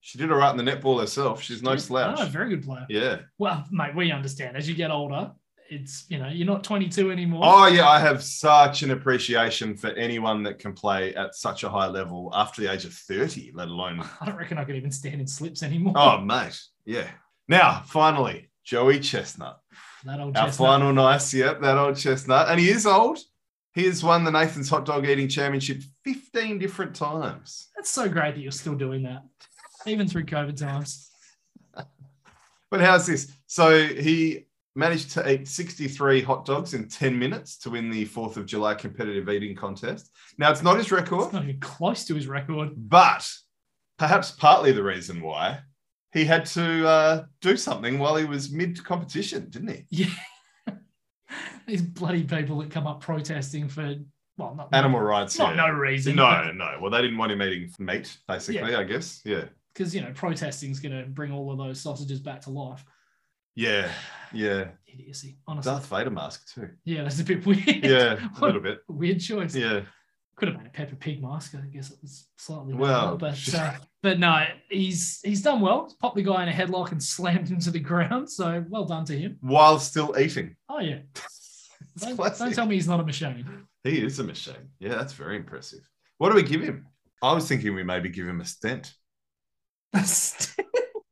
Speaker 1: She did all right in the netball herself. She's no slouch.
Speaker 2: Oh, very good player.
Speaker 1: Yeah.
Speaker 2: Well, mate, we understand. As you get older, it's, you know, you're not 22 anymore.
Speaker 1: Oh, yeah. I have such an appreciation for anyone that can play at such a high level after the age of 30, let alone
Speaker 2: I don't reckon I could even stand in slips anymore.
Speaker 1: Oh, mate. Yeah. Now, finally, Joey Chestnut.
Speaker 2: that old
Speaker 1: Our
Speaker 2: chestnut.
Speaker 1: final nice, yep, that old chestnut. And he is old. He has won the Nathan's Hot Dog Eating Championship 15 different times.
Speaker 2: That's so great that you're still doing that, even through COVID times.
Speaker 1: But how's this? So he managed to eat 63 hot dogs in 10 minutes to win the 4th of July competitive eating contest. Now, it's not his record,
Speaker 2: It's not even close to his record.
Speaker 1: but perhaps partly the reason why he had to uh, do something while he was mid competition, didn't he?
Speaker 2: Yeah. These bloody people that come up protesting for, well, not
Speaker 1: Animal rights.
Speaker 2: Not
Speaker 1: yeah.
Speaker 2: no reason.
Speaker 1: No, no. Well, they didn't want him eating meat, basically, I guess. Yeah.
Speaker 2: Because, you know, protesting's going to bring all of those sausages back to life.
Speaker 1: Yeah. Yeah.
Speaker 2: Idiocy, honestly.
Speaker 1: Darth Vader mask, too.
Speaker 2: Yeah, that's a bit weird.
Speaker 1: Yeah. A
Speaker 2: What
Speaker 1: little bit.
Speaker 2: a Weird choice.
Speaker 1: Yeah.
Speaker 2: Could have made a Pepper Pig mask. I guess it was slightly
Speaker 1: Well,
Speaker 2: well, but uh, but no, he's he's done well. He's popped the guy in a headlock and slammed him to the ground. So well done to him.
Speaker 1: While still eating.
Speaker 2: Oh yeah,
Speaker 1: It's
Speaker 2: don't,
Speaker 1: classic.
Speaker 2: don't tell me he's not a machine.
Speaker 1: He is a machine. Yeah, that's very impressive. What do we give him? I was thinking we maybe give him a stent.
Speaker 2: That's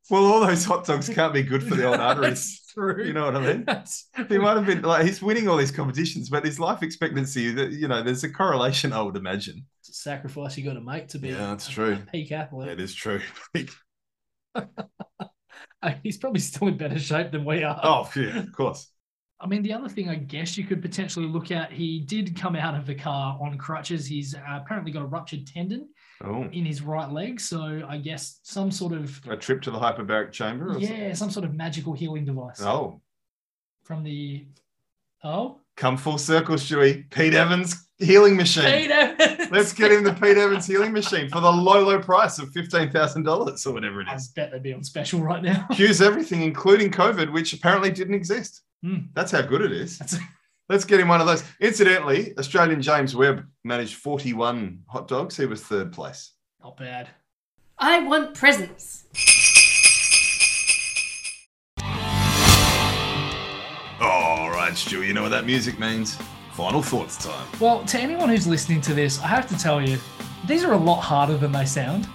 Speaker 1: Well, all those hot dogs can't be good for the old arteries.
Speaker 2: That's true.
Speaker 1: You know what I mean?
Speaker 2: That's-
Speaker 1: He might have been like he's winning all these competitions, but his life expectancy, that you know, there's a correlation, I would imagine.
Speaker 2: It's a sacrifice you got to make to be.
Speaker 1: Yeah, that's
Speaker 2: a-
Speaker 1: true.
Speaker 2: a peak athlete.
Speaker 1: is true.
Speaker 2: Uh, He's probably still in better shape than we are.
Speaker 1: oh, yeah, of course.
Speaker 2: I mean, the other thing I guess you could potentially look at, he did come out of the car on crutches. He's uh, apparently got a ruptured tendon
Speaker 1: Oh,
Speaker 2: in his right leg. So I guess some sort of,
Speaker 1: a trip to the hyperbaric chamber. Or something?
Speaker 2: yeah, some sort of magical healing device
Speaker 1: Oh,
Speaker 2: from the, oh,
Speaker 1: come full circle, Stewie. Pete Evans healing machine.
Speaker 2: Pete Evans.
Speaker 1: Let's get him the Pete Evans healing machine for the low, low price of fifteen thousand dollars or whatever it
Speaker 2: I
Speaker 1: is.
Speaker 2: bet they'd be on special right now.
Speaker 1: Cues everything, including COVID, which apparently didn't exist.
Speaker 2: Hmm.
Speaker 1: That's how good it is.
Speaker 2: That's-
Speaker 1: Let's get him one of those. Incidentally, Australian James Webb managed 41 hot dogs. He was third place.
Speaker 2: Not bad.
Speaker 3: I want presents.
Speaker 1: All right, Stu, you know what that music means. Final thoughts time.
Speaker 2: Well, to anyone who's listening to this, I have to tell you, these are a lot harder than they sound.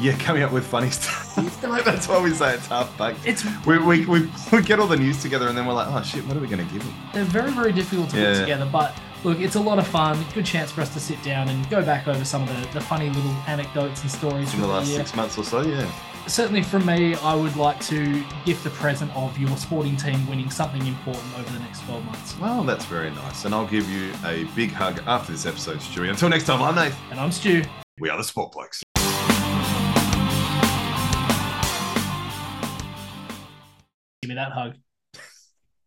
Speaker 1: Yeah, coming up with funny stuff. Like, That's why we say it's half baked.
Speaker 2: It's
Speaker 1: We, we, we, we get all the news together and then we're like, oh shit, what are we going to give him?
Speaker 2: they're very very difficult to
Speaker 1: Yeah.
Speaker 2: put together but look it's a lot of fun good chance for us to sit down and go back over some of the, the funny little anecdotes and stories
Speaker 1: In
Speaker 2: from
Speaker 1: the
Speaker 2: the
Speaker 1: last
Speaker 2: year.
Speaker 1: six months or so, yeah.
Speaker 2: certainly from me i would like to gift the present of your sporting team winning something important over the next 12 months
Speaker 1: Well, that's very nice. And I'll give you a big hug after this episode, Stewie. Until next time, I'm Nate.
Speaker 2: and i'm stu
Speaker 1: We are the Sport Blokes.
Speaker 2: give me that hug